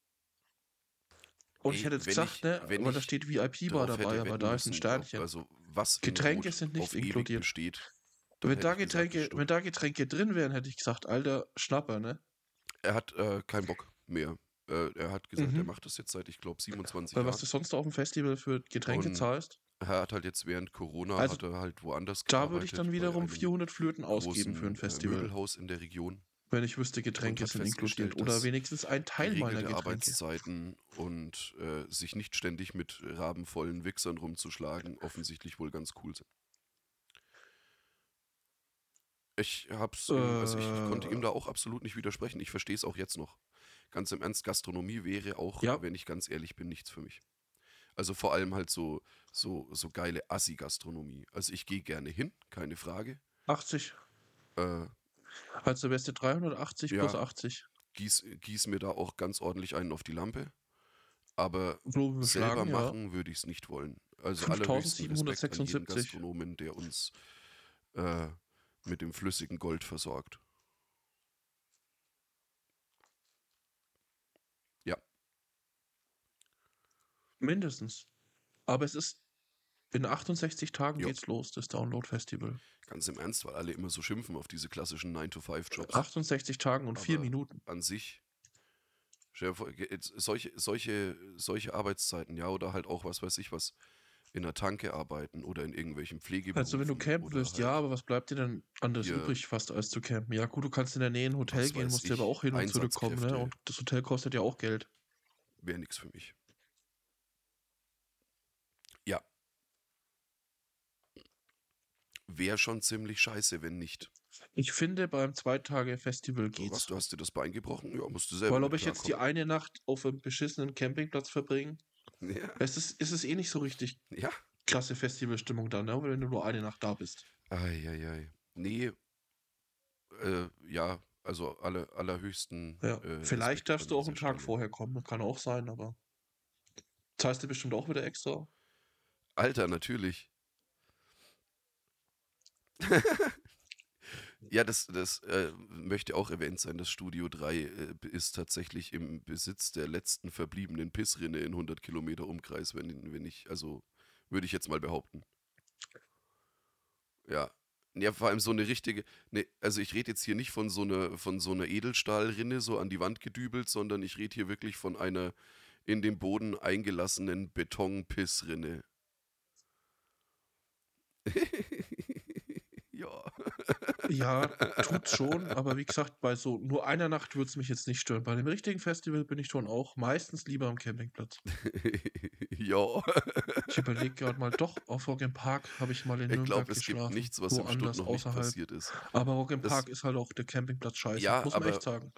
Speaker 1: Und
Speaker 2: Ey,
Speaker 1: ich hätte jetzt
Speaker 2: wenn
Speaker 1: gesagt,
Speaker 2: ich-
Speaker 1: ne,
Speaker 2: wenn
Speaker 1: aber da
Speaker 2: ich
Speaker 1: steht VIP-Bar
Speaker 2: Darauf
Speaker 1: dabei,
Speaker 2: hätte
Speaker 1: aber
Speaker 2: wetten
Speaker 1: da ist ein
Speaker 2: müssen,
Speaker 1: Sternchen.
Speaker 2: Also, was in
Speaker 1: Getränk
Speaker 2: Not
Speaker 1: ist nicht
Speaker 2: auf ewig
Speaker 1: inkludiert.
Speaker 2: Besteht, dann
Speaker 1: wenn,
Speaker 2: hätte
Speaker 1: da
Speaker 2: ich gesagt,
Speaker 1: Getränke,
Speaker 2: Stutt.
Speaker 1: wenn da Getränke drin wären, hätte ich gesagt, alter Schnapper, ne?
Speaker 2: Er hat äh, keinen Bock mehr. Äh, er hat gesagt, er
Speaker 1: Mhm.
Speaker 2: macht das jetzt seit, ich glaube, 27
Speaker 1: Weil
Speaker 2: Jahren.
Speaker 1: was du sonst auf dem Festival für Getränke
Speaker 2: Und
Speaker 1: zahlst,
Speaker 2: Er hat halt jetzt während Corona
Speaker 1: Also,
Speaker 2: hat er halt woanders
Speaker 1: da würde ich
Speaker 2: gearbeitet,
Speaker 1: dann
Speaker 2: bei
Speaker 1: wiederum
Speaker 2: einem
Speaker 1: 400 Flöten ausgeben für ein
Speaker 2: großen, äh,
Speaker 1: Festival,
Speaker 2: Möbelhaus in der Region.
Speaker 1: wenn ich wüsste, Getränke
Speaker 2: hat
Speaker 1: sind
Speaker 2: festgestellt,
Speaker 1: inkludiert. Oder
Speaker 2: dass
Speaker 1: wenigstens ein Teil meiner
Speaker 2: Geregelte
Speaker 1: Getränke.
Speaker 2: Arbeitszeiten und äh, sich nicht ständig mit rabenvollen Wichsern rumzuschlagen, offensichtlich wohl ganz cool sind. Ich hab's, äh, also ich konnte ihm da auch absolut nicht widersprechen. Ich verstehe es auch jetzt noch. Ganz im Ernst, Gastronomie wäre auch,
Speaker 1: Ja.
Speaker 2: wenn ich ganz ehrlich bin, nichts für mich. Also vor allem halt so, so, so geile Assi-Gastronomie. Also ich gehe gerne hin, keine Frage.
Speaker 1: 80.
Speaker 2: Äh,
Speaker 1: Also wärst du 380
Speaker 2: Ja.
Speaker 1: plus 80.
Speaker 2: gieß, gieß mir da auch ganz ordentlich einen auf die Lampe. Aber
Speaker 1: So
Speaker 2: selber
Speaker 1: beschlagen, ja.
Speaker 2: machen würde ich es nicht wollen. Also allerhöchsten Respekt an jeden
Speaker 1: 5776.
Speaker 2: Gastronomen, der uns äh, mit dem flüssigen Gold versorgt.
Speaker 1: Mindestens. Aber es ist in 68 Tagen
Speaker 2: Jo.
Speaker 1: geht's los, das Download Festival.
Speaker 2: Ganz im Ernst, weil alle immer so schimpfen auf diese klassischen 9-to-5-Jobs.
Speaker 1: 68 Tagen und 4
Speaker 2: Aber-
Speaker 1: Minuten.
Speaker 2: An sich, stell dir vor, ge- jetzt solche, solche, solche Arbeitszeiten, ja, oder halt auch, was weiß ich was, in der Tanke arbeiten oder in irgendwelchen Pflegeberufen.
Speaker 1: Also wenn du campen
Speaker 2: oder
Speaker 1: willst,
Speaker 2: halt
Speaker 1: ja, aber was bleibt dir denn anderes
Speaker 2: hier-
Speaker 1: übrig, fast als zu campen? Ja gut, du kannst in der Nähe in ein Hotel
Speaker 2: Was
Speaker 1: gehen,
Speaker 2: weiß
Speaker 1: musst dir aber
Speaker 2: ich,
Speaker 1: auch hin und zurückkommen, ne?
Speaker 2: Einsatzkräfte.
Speaker 1: Und das Hotel kostet ja auch Geld.
Speaker 2: Wäre nichts für mich. Ja. Wäre schon ziemlich scheiße, wenn nicht.
Speaker 1: Ich finde, beim Zwei-Tage-Festival
Speaker 2: So, Was,
Speaker 1: geht's.
Speaker 2: du hast dir das Bein gebrochen? Ja, musst du selber.
Speaker 1: Weil ob
Speaker 2: mit
Speaker 1: ich jetzt die
Speaker 2: klarkommen.
Speaker 1: eine Nacht auf einem beschissenen Campingplatz verbringe,
Speaker 2: Ja.
Speaker 1: es ist, ist es eh nicht so richtig
Speaker 2: ja.
Speaker 1: krasse Festivalstimmung dann, ne? wenn du nur eine Nacht da bist.
Speaker 2: Eieiei. Nee. Äh, ja, also alle, allerhöchsten.
Speaker 1: Ja,
Speaker 2: äh, Respekt
Speaker 1: vielleicht darfst
Speaker 2: an
Speaker 1: du auch
Speaker 2: dieser
Speaker 1: einen Tag
Speaker 2: Stelle.
Speaker 1: vorher kommen, kann auch sein, aber zahlst du bestimmt auch wieder extra.
Speaker 2: Alter, natürlich. ja, das, das äh, möchte auch erwähnt sein. Das Studio 3 äh, ist tatsächlich im Besitz der letzten verbliebenen Pissrinne in 100 Kilometer Umkreis, wenn, wenn ich, also würde ich jetzt mal behaupten. Ja. Ja, vor allem so eine richtige, ne, also ich rede jetzt hier nicht von so einer, von so einer Edelstahlrinne so an die Wand gedübelt, sondern ich rede hier wirklich von einer in den Boden eingelassenen Betonpissrinne. ja.
Speaker 1: Ja, tut's schon, aber wie gesagt, bei so nur einer Nacht würde es mich jetzt nicht stören. Bei dem richtigen Festival bin ich schon auch meistens lieber am Campingplatz.
Speaker 2: <laughs> ja.
Speaker 1: Ich überlege gerade mal, doch, auf Rock im Park habe ich mal in
Speaker 2: Ich
Speaker 1: Nürnberg
Speaker 2: glaube, es gibt
Speaker 1: geschlafen.
Speaker 2: nichts, was im Stutt
Speaker 1: woanders,
Speaker 2: noch nicht
Speaker 1: außerhalb.
Speaker 2: passiert ist.
Speaker 1: aber Rock im
Speaker 2: das-
Speaker 1: Park ist halt auch der Campingplatz scheiße,
Speaker 2: Ja,
Speaker 1: muss man
Speaker 2: aber
Speaker 1: echt sagen.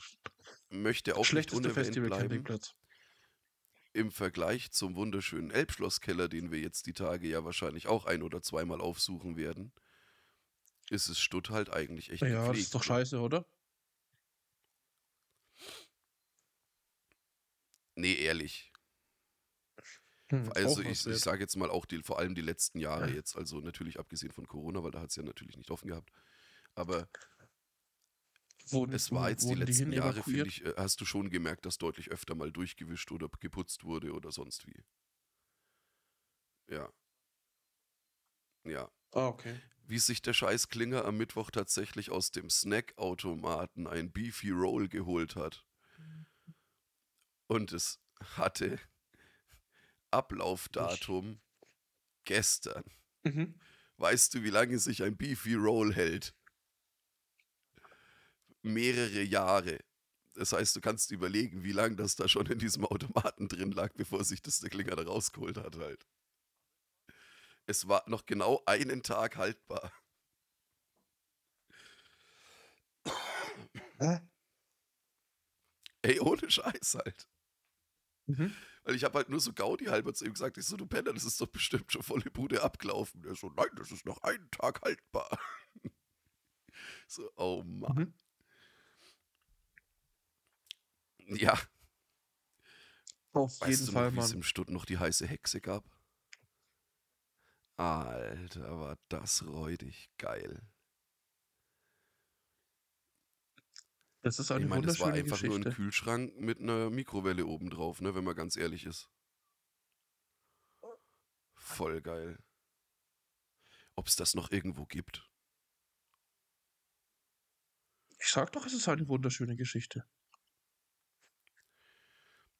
Speaker 2: Möchte auch nicht
Speaker 1: Schlechteste
Speaker 2: unerwähnt bleiben
Speaker 1: Festival-Campingplatz.
Speaker 2: im Vergleich zum wunderschönen Elbschlosskeller, den wir jetzt die Tage ja wahrscheinlich auch ein- oder zweimal aufsuchen werden. Ist es Stutt halt eigentlich echt
Speaker 1: Ja, das
Speaker 2: gepflegt,
Speaker 1: ist doch
Speaker 2: ne?
Speaker 1: scheiße, oder?
Speaker 2: Nee, ehrlich.
Speaker 1: Hm,
Speaker 2: Also
Speaker 1: auch was
Speaker 2: ich, ich
Speaker 1: wert.
Speaker 2: sage jetzt mal auch die, vor allem die letzten Jahre
Speaker 1: Ja.
Speaker 2: jetzt, also natürlich abgesehen von Corona, weil da hat es ja natürlich nicht offen gehabt. Aber
Speaker 1: Wurden-
Speaker 2: Es war jetzt die
Speaker 1: wurden
Speaker 2: letzten
Speaker 1: hin
Speaker 2: Jahre,
Speaker 1: evakuiert?
Speaker 2: finde ich, äh, hast du schon gemerkt, dass deutlich öfter mal durchgewischt oder geputzt wurde oder sonst wie. Ja. Ja.
Speaker 1: Ah, okay.
Speaker 2: Wie sich der scheiß Klinger am Mittwoch tatsächlich aus dem Snackautomaten ein Beefy Roll geholt hat. Und es hatte
Speaker 1: Hm.
Speaker 2: Ablaufdatum gestern.
Speaker 1: Mhm.
Speaker 2: Weißt du, wie lange sich ein Beefy Roll hält? Mehrere Jahre. Das heißt, du kannst überlegen, wie lange das da schon in diesem Automaten drin lag, bevor sich das der Klinger da rausgeholt hat halt. Es war noch genau einen Tag haltbar.
Speaker 1: Hä?
Speaker 2: Ey, ohne Scheiß halt.
Speaker 1: Mhm.
Speaker 2: Weil ich habe halt nur so Gaudi halber zu ihm gesagt, ich so, du Penner, das ist doch bestimmt schon volle Bude abgelaufen. Er so, nein, das ist noch einen Tag haltbar. <laughs> so, oh Mann.
Speaker 1: Mhm.
Speaker 2: Ja,
Speaker 1: Auf
Speaker 2: weißt
Speaker 1: jeden
Speaker 2: du
Speaker 1: Fall,
Speaker 2: noch, wie es
Speaker 1: Mann.
Speaker 2: im Stutt noch die heiße Hexe gab? Alter, war das räudig geil.
Speaker 1: Das ist eine
Speaker 2: Ich meine, das war
Speaker 1: wunderschöne
Speaker 2: einfach nur ein
Speaker 1: Geschichte.
Speaker 2: Kühlschrank mit einer Mikrowelle obendrauf, ne, wenn man ganz ehrlich ist. Voll geil. Ob es das noch irgendwo gibt?
Speaker 1: Ich sag doch, es ist eine wunderschöne Geschichte.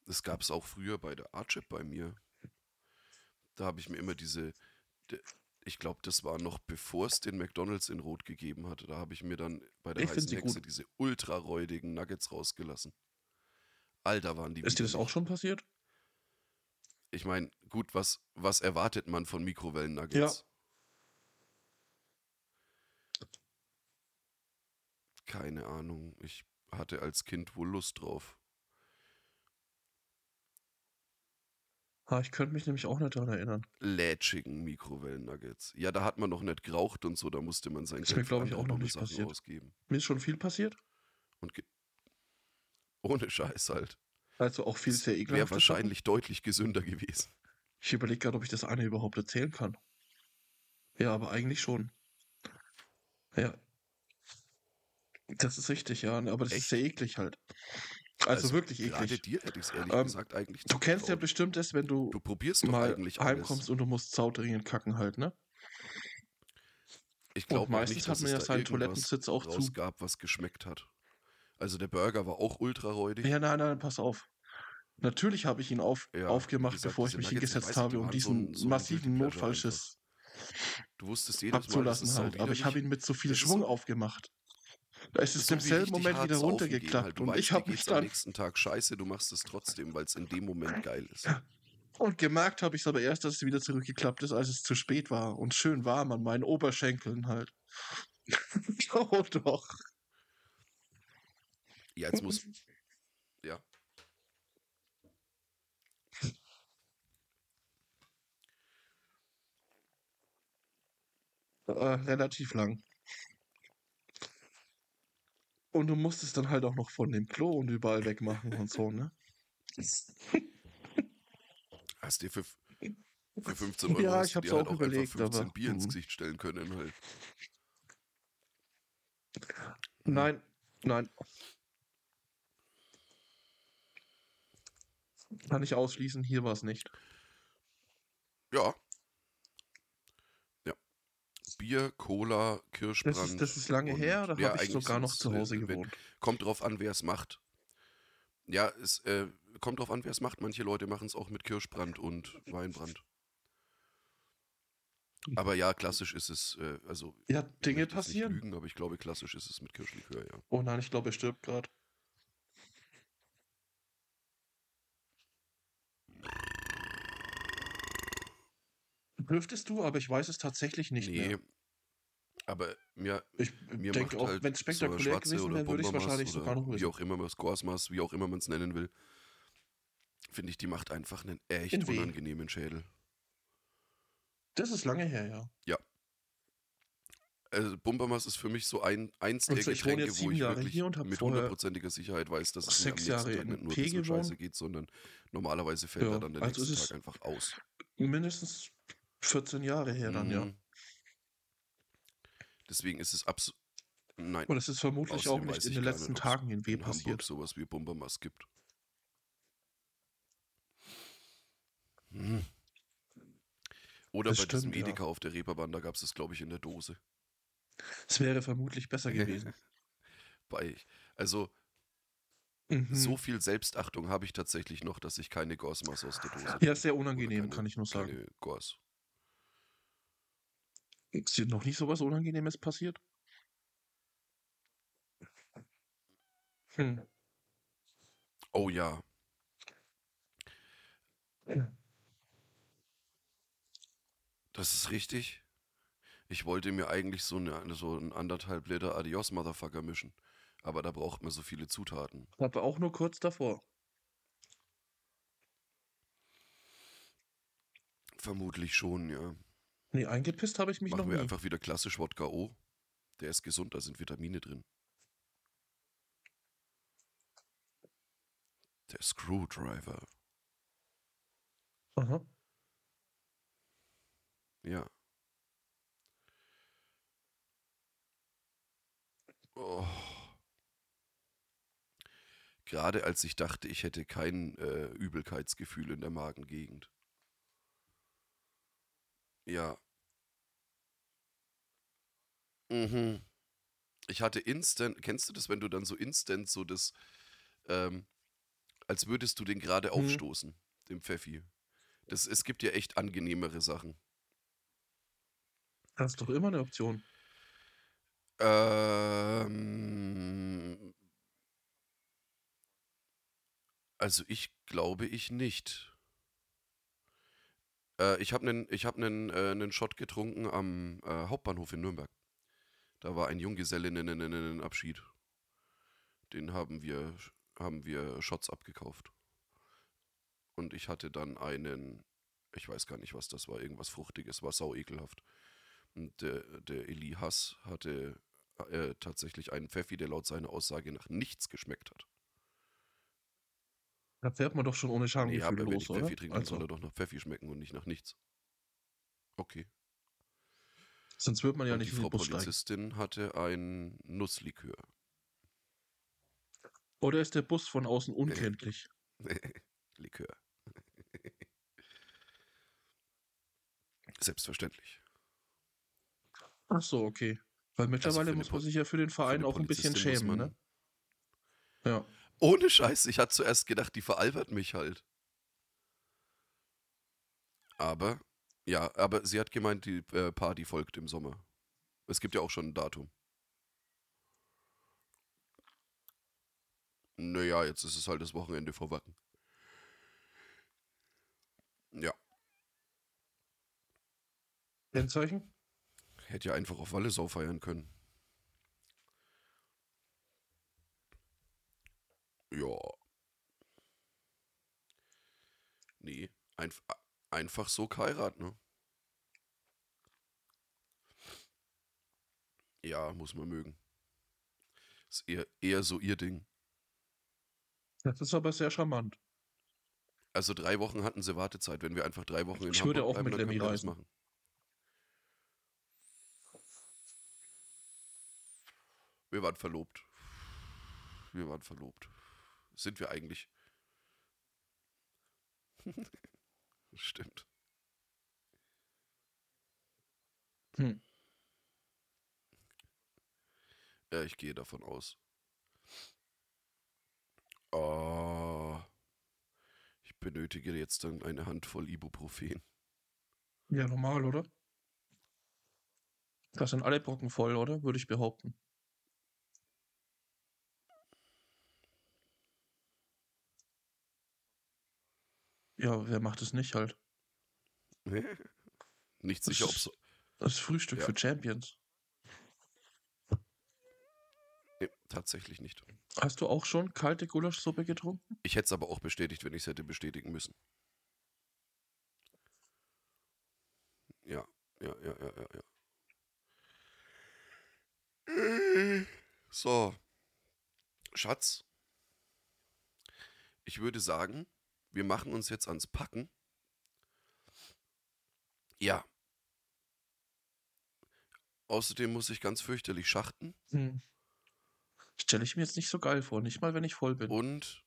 Speaker 2: Das gab es auch früher bei der Archip bei mir. Da habe ich mir immer diese. de- Ich glaube, das war noch bevor es den McDonalds in Rot gegeben hatte. Da habe ich mir dann bei der
Speaker 1: Ich find
Speaker 2: heißen
Speaker 1: sie
Speaker 2: Hexe
Speaker 1: gut.
Speaker 2: diese ultraräudigen Nuggets rausgelassen. Alter, waren die.
Speaker 1: Ist dir das
Speaker 2: widerlich.
Speaker 1: auch schon passiert?
Speaker 2: Ich meine, gut, was, was erwartet man von Mikrowellen-Nuggets? Keine Ahnung. Ich hatte als Kind wohl Lust drauf.
Speaker 1: Ha, ich könnte mich nämlich auch nicht daran erinnern.
Speaker 2: Lätschigen Mikrowellen-Nuggets. Ja, da hat man noch nicht geraucht und so, da musste man sein
Speaker 1: Ist mir,
Speaker 2: Geld für
Speaker 1: glaub ich,
Speaker 2: andere
Speaker 1: auch noch
Speaker 2: dumme
Speaker 1: nicht
Speaker 2: Sachen
Speaker 1: passiert.
Speaker 2: ausgeben.
Speaker 1: Mir ist schon viel passiert.
Speaker 2: Und ge- Ohne Scheiß halt.
Speaker 1: Also auch viel
Speaker 2: Das
Speaker 1: sehr
Speaker 2: wär
Speaker 1: ekelhaft.
Speaker 2: wahrscheinlich deutlich gesünder gewesen.
Speaker 1: Ich überlege gerade, ob ich das eine überhaupt erzählen kann. Ja, aber eigentlich schon. Ja. Das ist richtig, ja. ne, Aber das ist
Speaker 2: Echt?
Speaker 1: sehr eklig halt. Also, wirklich
Speaker 2: Gerade
Speaker 1: eklig.
Speaker 2: dir hätte ich es ehrlich
Speaker 1: Ähm,
Speaker 2: gesagt eigentlich
Speaker 1: Du kennst ja
Speaker 2: zugetraut.
Speaker 1: bestimmt es, wenn du,
Speaker 2: Du probierst doch
Speaker 1: mal
Speaker 2: eigentlich alles.
Speaker 1: heimkommst und du musst sauterigen kacken halt, ne?
Speaker 2: Ich
Speaker 1: Und
Speaker 2: glaube
Speaker 1: meistens
Speaker 2: nicht,
Speaker 1: hat
Speaker 2: dass
Speaker 1: man
Speaker 2: es
Speaker 1: ja
Speaker 2: da
Speaker 1: seinen
Speaker 2: irgendwas
Speaker 1: Toilettensitz auch zu.
Speaker 2: rausgab, was geschmeckt hat. Also der Burger war auch ultraräudig.
Speaker 1: Ja, nein, nein, pass auf. Natürlich habe ich ihn auf,
Speaker 2: Ja, wie
Speaker 1: aufgemacht,
Speaker 2: gesagt,
Speaker 1: bevor ich
Speaker 2: diese
Speaker 1: mich
Speaker 2: Nuggets, ich weiß
Speaker 1: hingesetzt
Speaker 2: nicht, die
Speaker 1: habe, um
Speaker 2: waren so
Speaker 1: diesen
Speaker 2: ein- so ein
Speaker 1: massiven
Speaker 2: Guilty Pleasure
Speaker 1: Notfallschiss
Speaker 2: Du wusstest jedes Mal, das
Speaker 1: abzulassen
Speaker 2: ist
Speaker 1: halt. Aber ich habe
Speaker 2: sauwiderlich.
Speaker 1: ihn mit so viel
Speaker 2: Das ist
Speaker 1: Schwung
Speaker 2: so-
Speaker 1: aufgemacht. Da ist es
Speaker 2: So
Speaker 1: im
Speaker 2: wie
Speaker 1: selben
Speaker 2: richtig
Speaker 1: Moment
Speaker 2: hart
Speaker 1: wieder
Speaker 2: saufen gehen halt.
Speaker 1: runtergeklappt
Speaker 2: Du
Speaker 1: und
Speaker 2: weißt,
Speaker 1: ich
Speaker 2: dir
Speaker 1: habe mich
Speaker 2: geht's am
Speaker 1: dann
Speaker 2: nächsten Tag scheiße, du machst es trotzdem, weil es in dem Moment geil ist.
Speaker 1: und gemerkt habe ich es aber erst, dass es wieder zurückgeklappt ist, als es zu spät war und schön warm an meinen Oberschenkeln halt. <laughs> oh doch.
Speaker 2: Ja, jetzt muss ja.
Speaker 1: Äh, relativ lang. Und du musst es dann halt auch noch von dem Klo und überall wegmachen und so, ne?
Speaker 2: Hast dir für, für 15 Euro
Speaker 1: Ja,
Speaker 2: hast
Speaker 1: ich
Speaker 2: du
Speaker 1: hab's
Speaker 2: dir halt
Speaker 1: auch
Speaker 2: auch
Speaker 1: überlegt,
Speaker 2: einfach 15
Speaker 1: aber-
Speaker 2: Bier ins
Speaker 1: mhm.
Speaker 2: Gesicht stellen können halt. Mhm.
Speaker 1: Nein, nein. Kann ich ausschließen, hier war es nicht.
Speaker 2: Ja. Ja. Bier, Cola, Kirschbrand.
Speaker 1: Das ist, das ist lange
Speaker 2: und-
Speaker 1: her, da
Speaker 2: ja,
Speaker 1: habe ich
Speaker 2: eigentlich
Speaker 1: sogar noch
Speaker 2: sind's,
Speaker 1: zu
Speaker 2: äh,
Speaker 1: Hause
Speaker 2: wenn-
Speaker 1: gewohnt.
Speaker 2: Kommt drauf an, wer es macht. Ja, es äh, kommt drauf an, wer es macht. Manche Leute machen es auch mit Kirschbrand und Weinbrand. Aber ja, klassisch ist es, äh, also
Speaker 1: Ja,
Speaker 2: ich
Speaker 1: Dinge
Speaker 2: möchte jetzt nicht
Speaker 1: passieren.
Speaker 2: Lügen, aber ich glaube, klassisch ist es mit Kirschlikör, ja.
Speaker 1: Oh nein, ich glaube, er stirbt gerade. Dürftest du, aber ich weiß es tatsächlich nicht
Speaker 2: nee,
Speaker 1: mehr.
Speaker 2: aber mir,
Speaker 1: Ich
Speaker 2: mir
Speaker 1: denke
Speaker 2: macht
Speaker 1: auch,
Speaker 2: halt
Speaker 1: wenn es
Speaker 2: so eine
Speaker 1: spektakulär
Speaker 2: Schwarze
Speaker 1: gewesen
Speaker 2: oder
Speaker 1: wäre, würde ich es
Speaker 2: Bombermaß
Speaker 1: wahrscheinlich sogar noch
Speaker 2: oder wie
Speaker 1: wissen.
Speaker 2: auch immer man es Gorsmaß, wie auch immer man es nennen will, finde ich, die macht einfach einen echt
Speaker 1: In Wehen.
Speaker 2: unangenehmen Schädel.
Speaker 1: Das ist lange her, ja.
Speaker 2: Also Bombermaß ist für mich so ein, eins der
Speaker 1: Und so, ich wohne
Speaker 2: Getränke,
Speaker 1: jetzt
Speaker 2: wo
Speaker 1: sieben
Speaker 2: ich
Speaker 1: Jahre
Speaker 2: wirklich
Speaker 1: hier und hab
Speaker 2: mit
Speaker 1: vorher
Speaker 2: hundertprozentiger Sicherheit weiß, dass es mir am
Speaker 1: sechs
Speaker 2: nächsten
Speaker 1: Jahre
Speaker 2: Tag
Speaker 1: in
Speaker 2: nicht nur ein
Speaker 1: P
Speaker 2: bisschen scheiße
Speaker 1: gewohnt.
Speaker 2: geht, sondern normalerweise fällt
Speaker 1: Ja,
Speaker 2: er dann der
Speaker 1: also
Speaker 2: nächste
Speaker 1: es
Speaker 2: Tag einfach aus.
Speaker 1: Mindestens 14 Jahre her dann, ja.
Speaker 2: Mhm. Deswegen ist es absolut... Nein,
Speaker 1: Und es ist vermutlich auch
Speaker 2: Außerdem
Speaker 1: nicht
Speaker 2: weiß
Speaker 1: in
Speaker 2: ich
Speaker 1: den
Speaker 2: gar
Speaker 1: letzten
Speaker 2: nicht, ob's
Speaker 1: Tagen in W
Speaker 2: in Hamburg
Speaker 1: passiert.
Speaker 2: sowas wie Bombermaß gibt. Oder
Speaker 1: Das
Speaker 2: Hm. bei diesem
Speaker 1: stimmt, ja.
Speaker 2: Edeka auf der Reeperbahn, da gab es das, glaube ich, in der Dose.
Speaker 1: Es wäre vermutlich
Speaker 2: <laughs>
Speaker 1: besser gewesen.
Speaker 2: Bei, also
Speaker 1: Mhm.
Speaker 2: so viel Selbstachtung habe ich tatsächlich noch, dass ich keine Gorsmaß aus der Dose
Speaker 1: ja, sehr
Speaker 2: oder
Speaker 1: unangenehm,
Speaker 2: keine-
Speaker 1: kann ich nur sagen.
Speaker 2: Keine Gors.
Speaker 1: Ist dir noch nicht so was Unangenehmes passiert? Hm.
Speaker 2: Oh ja.
Speaker 1: Ja.
Speaker 2: Das ist richtig. Ich wollte mir eigentlich so, eine, so ein anderthalb Liter Adios Motherfucker mischen. aber da braucht man so viele Zutaten.
Speaker 1: Aber auch nur kurz davor.
Speaker 2: Vermutlich schon, ja.
Speaker 1: Nee, eingepisst habe ich mich
Speaker 2: Machen
Speaker 1: noch
Speaker 2: wir
Speaker 1: nie.
Speaker 2: einfach wieder klassisch Wodka O. Der ist gesund, da sind Vitamine drin. Der Screwdriver.
Speaker 1: Aha.
Speaker 2: Ja. Oh. Gerade als ich dachte, ich hätte kein äh, Übelkeitsgefühl in der Magengegend. Ja. Mhm. Ich hatte instant, kennst du das, wenn du dann so instant so das, ähm, als würdest du den gerade
Speaker 1: Hm.
Speaker 2: aufstoßen, dem Pfeffi. Das, es gibt ja echt angenehmere Sachen.
Speaker 1: Das ist doch immer eine Option.
Speaker 2: Ähm, also ich glaube ich nicht. Äh, ich habe einen ich hab nen, äh, nen Shot getrunken am äh, Hauptbahnhof in Nürnberg. Da war ein Junggesellinnenabschied. Den haben wir haben wir Shots abgekauft. Und ich hatte dann einen, ich weiß gar nicht, was das war, irgendwas Fruchtiges, war sau ekelhaft. Und der, der Eli Haas hatte äh, tatsächlich einen Pfeffi, der laut seiner Aussage nach nichts geschmeckt hat.
Speaker 1: Da fährt man doch schon ohne
Speaker 2: Nee,
Speaker 1: Schamgefühl
Speaker 2: aber wenn ich
Speaker 1: los,
Speaker 2: Pfeffi
Speaker 1: oder?
Speaker 2: trinke, dann soll
Speaker 1: Also,
Speaker 2: er doch nach Pfeffi schmecken und nicht nach nichts. Okay.
Speaker 1: sonst wird man ja
Speaker 2: und die
Speaker 1: nicht in
Speaker 2: Frau
Speaker 1: den Bus steigen.
Speaker 2: Polizistin hatte ein Nusslikör.
Speaker 1: Oder ist der Bus von außen unkenntlich? <laughs>
Speaker 2: Likör. Selbstverständlich.
Speaker 1: Ach so, okay. Weil
Speaker 2: für
Speaker 1: mittlerweile
Speaker 2: eine
Speaker 1: muss man
Speaker 2: Pol-
Speaker 1: sich ja für den
Speaker 2: Für
Speaker 1: Verein
Speaker 2: eine
Speaker 1: auch ein bisschen
Speaker 2: Polizistin muss
Speaker 1: schämen,
Speaker 2: man-
Speaker 1: ne? Ja.
Speaker 2: Ohne Scheiß, ich hatte zuerst gedacht, die veralbert mich halt. Aber, ja, aber sie hat gemeint, die äh, Party folgt im Sommer. Es gibt ja auch schon ein Datum. Naja, jetzt ist es halt das Wochenende vor Wacken. Ja,
Speaker 1: Kennzeichen?
Speaker 2: hätte ja einfach auf Wallisau feiern können. Ja. Nee, einf einfach so Kairat, ne? Ja, muss man mögen. Ist eher, eher so ihr Ding.
Speaker 1: Das ist aber sehr charmant.
Speaker 2: Also drei Wochen hatten sie Wartezeit. Wenn wir einfach drei Wochen in
Speaker 1: Also Ich
Speaker 2: Hamburg
Speaker 1: würde auch
Speaker 2: bleiben,
Speaker 1: mit
Speaker 2: dann können
Speaker 1: Lemmy
Speaker 2: wir alles
Speaker 1: reisen.
Speaker 2: machen. Wir waren verlobt. Wir waren verlobt. Sind wir eigentlich? <laughs> Stimmt.
Speaker 1: Hm.
Speaker 2: Ja, ich gehe davon aus. Ah, ich benötige jetzt dann eine Handvoll Ibuprofen.
Speaker 1: Ja, normal, oder? Das sind alle Brocken voll, oder? Würde ich behaupten. Ja, wer macht es nicht halt?
Speaker 2: Nicht
Speaker 1: Das
Speaker 2: sicher, ob
Speaker 1: ist-
Speaker 2: so.
Speaker 1: Das ist Frühstück
Speaker 2: Ja.
Speaker 1: für Champions.
Speaker 2: Nee, tatsächlich nicht.
Speaker 1: Hast du auch schon kalte Gulaschsuppe getrunken?
Speaker 2: Ich hätte es aber auch bestätigt, wenn ich es hätte bestätigen müssen. Ja, ja, ja, ja, ja, ja. So. Schatz, ich würde sagen, wir machen uns jetzt ans Packen. Ja. Außerdem muss ich ganz fürchterlich schachten
Speaker 1: Hm. Stelle ich mir jetzt nicht so geil vor, nicht mal wenn ich voll bin.
Speaker 2: und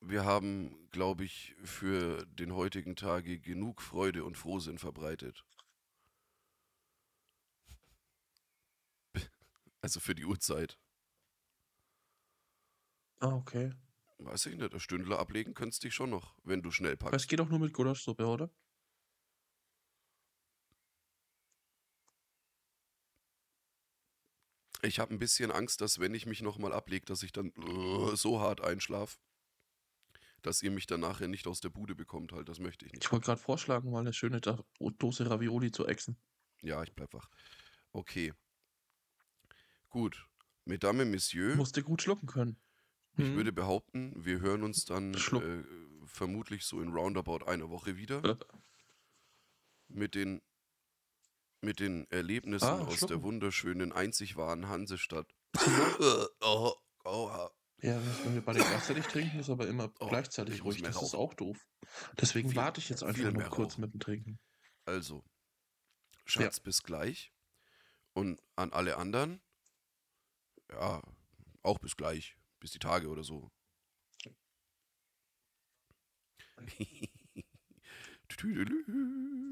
Speaker 2: wir haben, glaube ich, für den heutigen Tage genug Freude und Frohsinn verbreitet. <laughs> Also für die Uhrzeit.
Speaker 1: Ah, okay.
Speaker 2: Weiß ich nicht, ein Stündler ablegen könntest dich schon noch, wenn du schnell
Speaker 1: Aber
Speaker 2: packst.
Speaker 1: es geht auch nur mit Gulaschsuppe, oder?
Speaker 2: Ich habe ein bisschen Angst, dass wenn ich mich nochmal ablege, dass ich dann äh, so hart einschlafe, dass ihr mich dann nachher nicht aus der Bude bekommt. Halt, das möchte ich nicht.
Speaker 1: Ich wollte gerade vorschlagen, mal eine schöne Da- Dose Ravioli zu ächzen.
Speaker 2: Ja, ich bleib wach. Okay. Gut. Mesdames, Messieurs,
Speaker 1: Musste gut schlucken können.
Speaker 2: Hm? ich
Speaker 1: Hm.
Speaker 2: würde behaupten, wir hören uns dann
Speaker 1: Schluck. Äh.
Speaker 2: äh, vermutlich so in roundabout einer Woche wieder mit den, mit den Erlebnissen
Speaker 1: Ah,
Speaker 2: aus der
Speaker 1: schlucken.
Speaker 2: wunderschönen, einzig wahren
Speaker 1: <laughs>
Speaker 2: Hansestadt. oh, aua.
Speaker 1: Ja, wenn wir beide gleichzeitig trinken, ist aber immer
Speaker 2: Oh,
Speaker 1: gleichzeitig
Speaker 2: ich muss
Speaker 1: ruhig.
Speaker 2: mehr
Speaker 1: Das ist
Speaker 2: rauchen.
Speaker 1: auch doof. Deswegen
Speaker 2: Viel-
Speaker 1: warte ich jetzt
Speaker 2: viel
Speaker 1: einfach
Speaker 2: mehr
Speaker 1: noch kurz
Speaker 2: rauchen.
Speaker 1: mit dem Trinken.
Speaker 2: Also, Schatz, bis gleich. Und an alle anderen, ja, auch bis gleich. Bis die Tage oder so. <laughs> Tüdelü.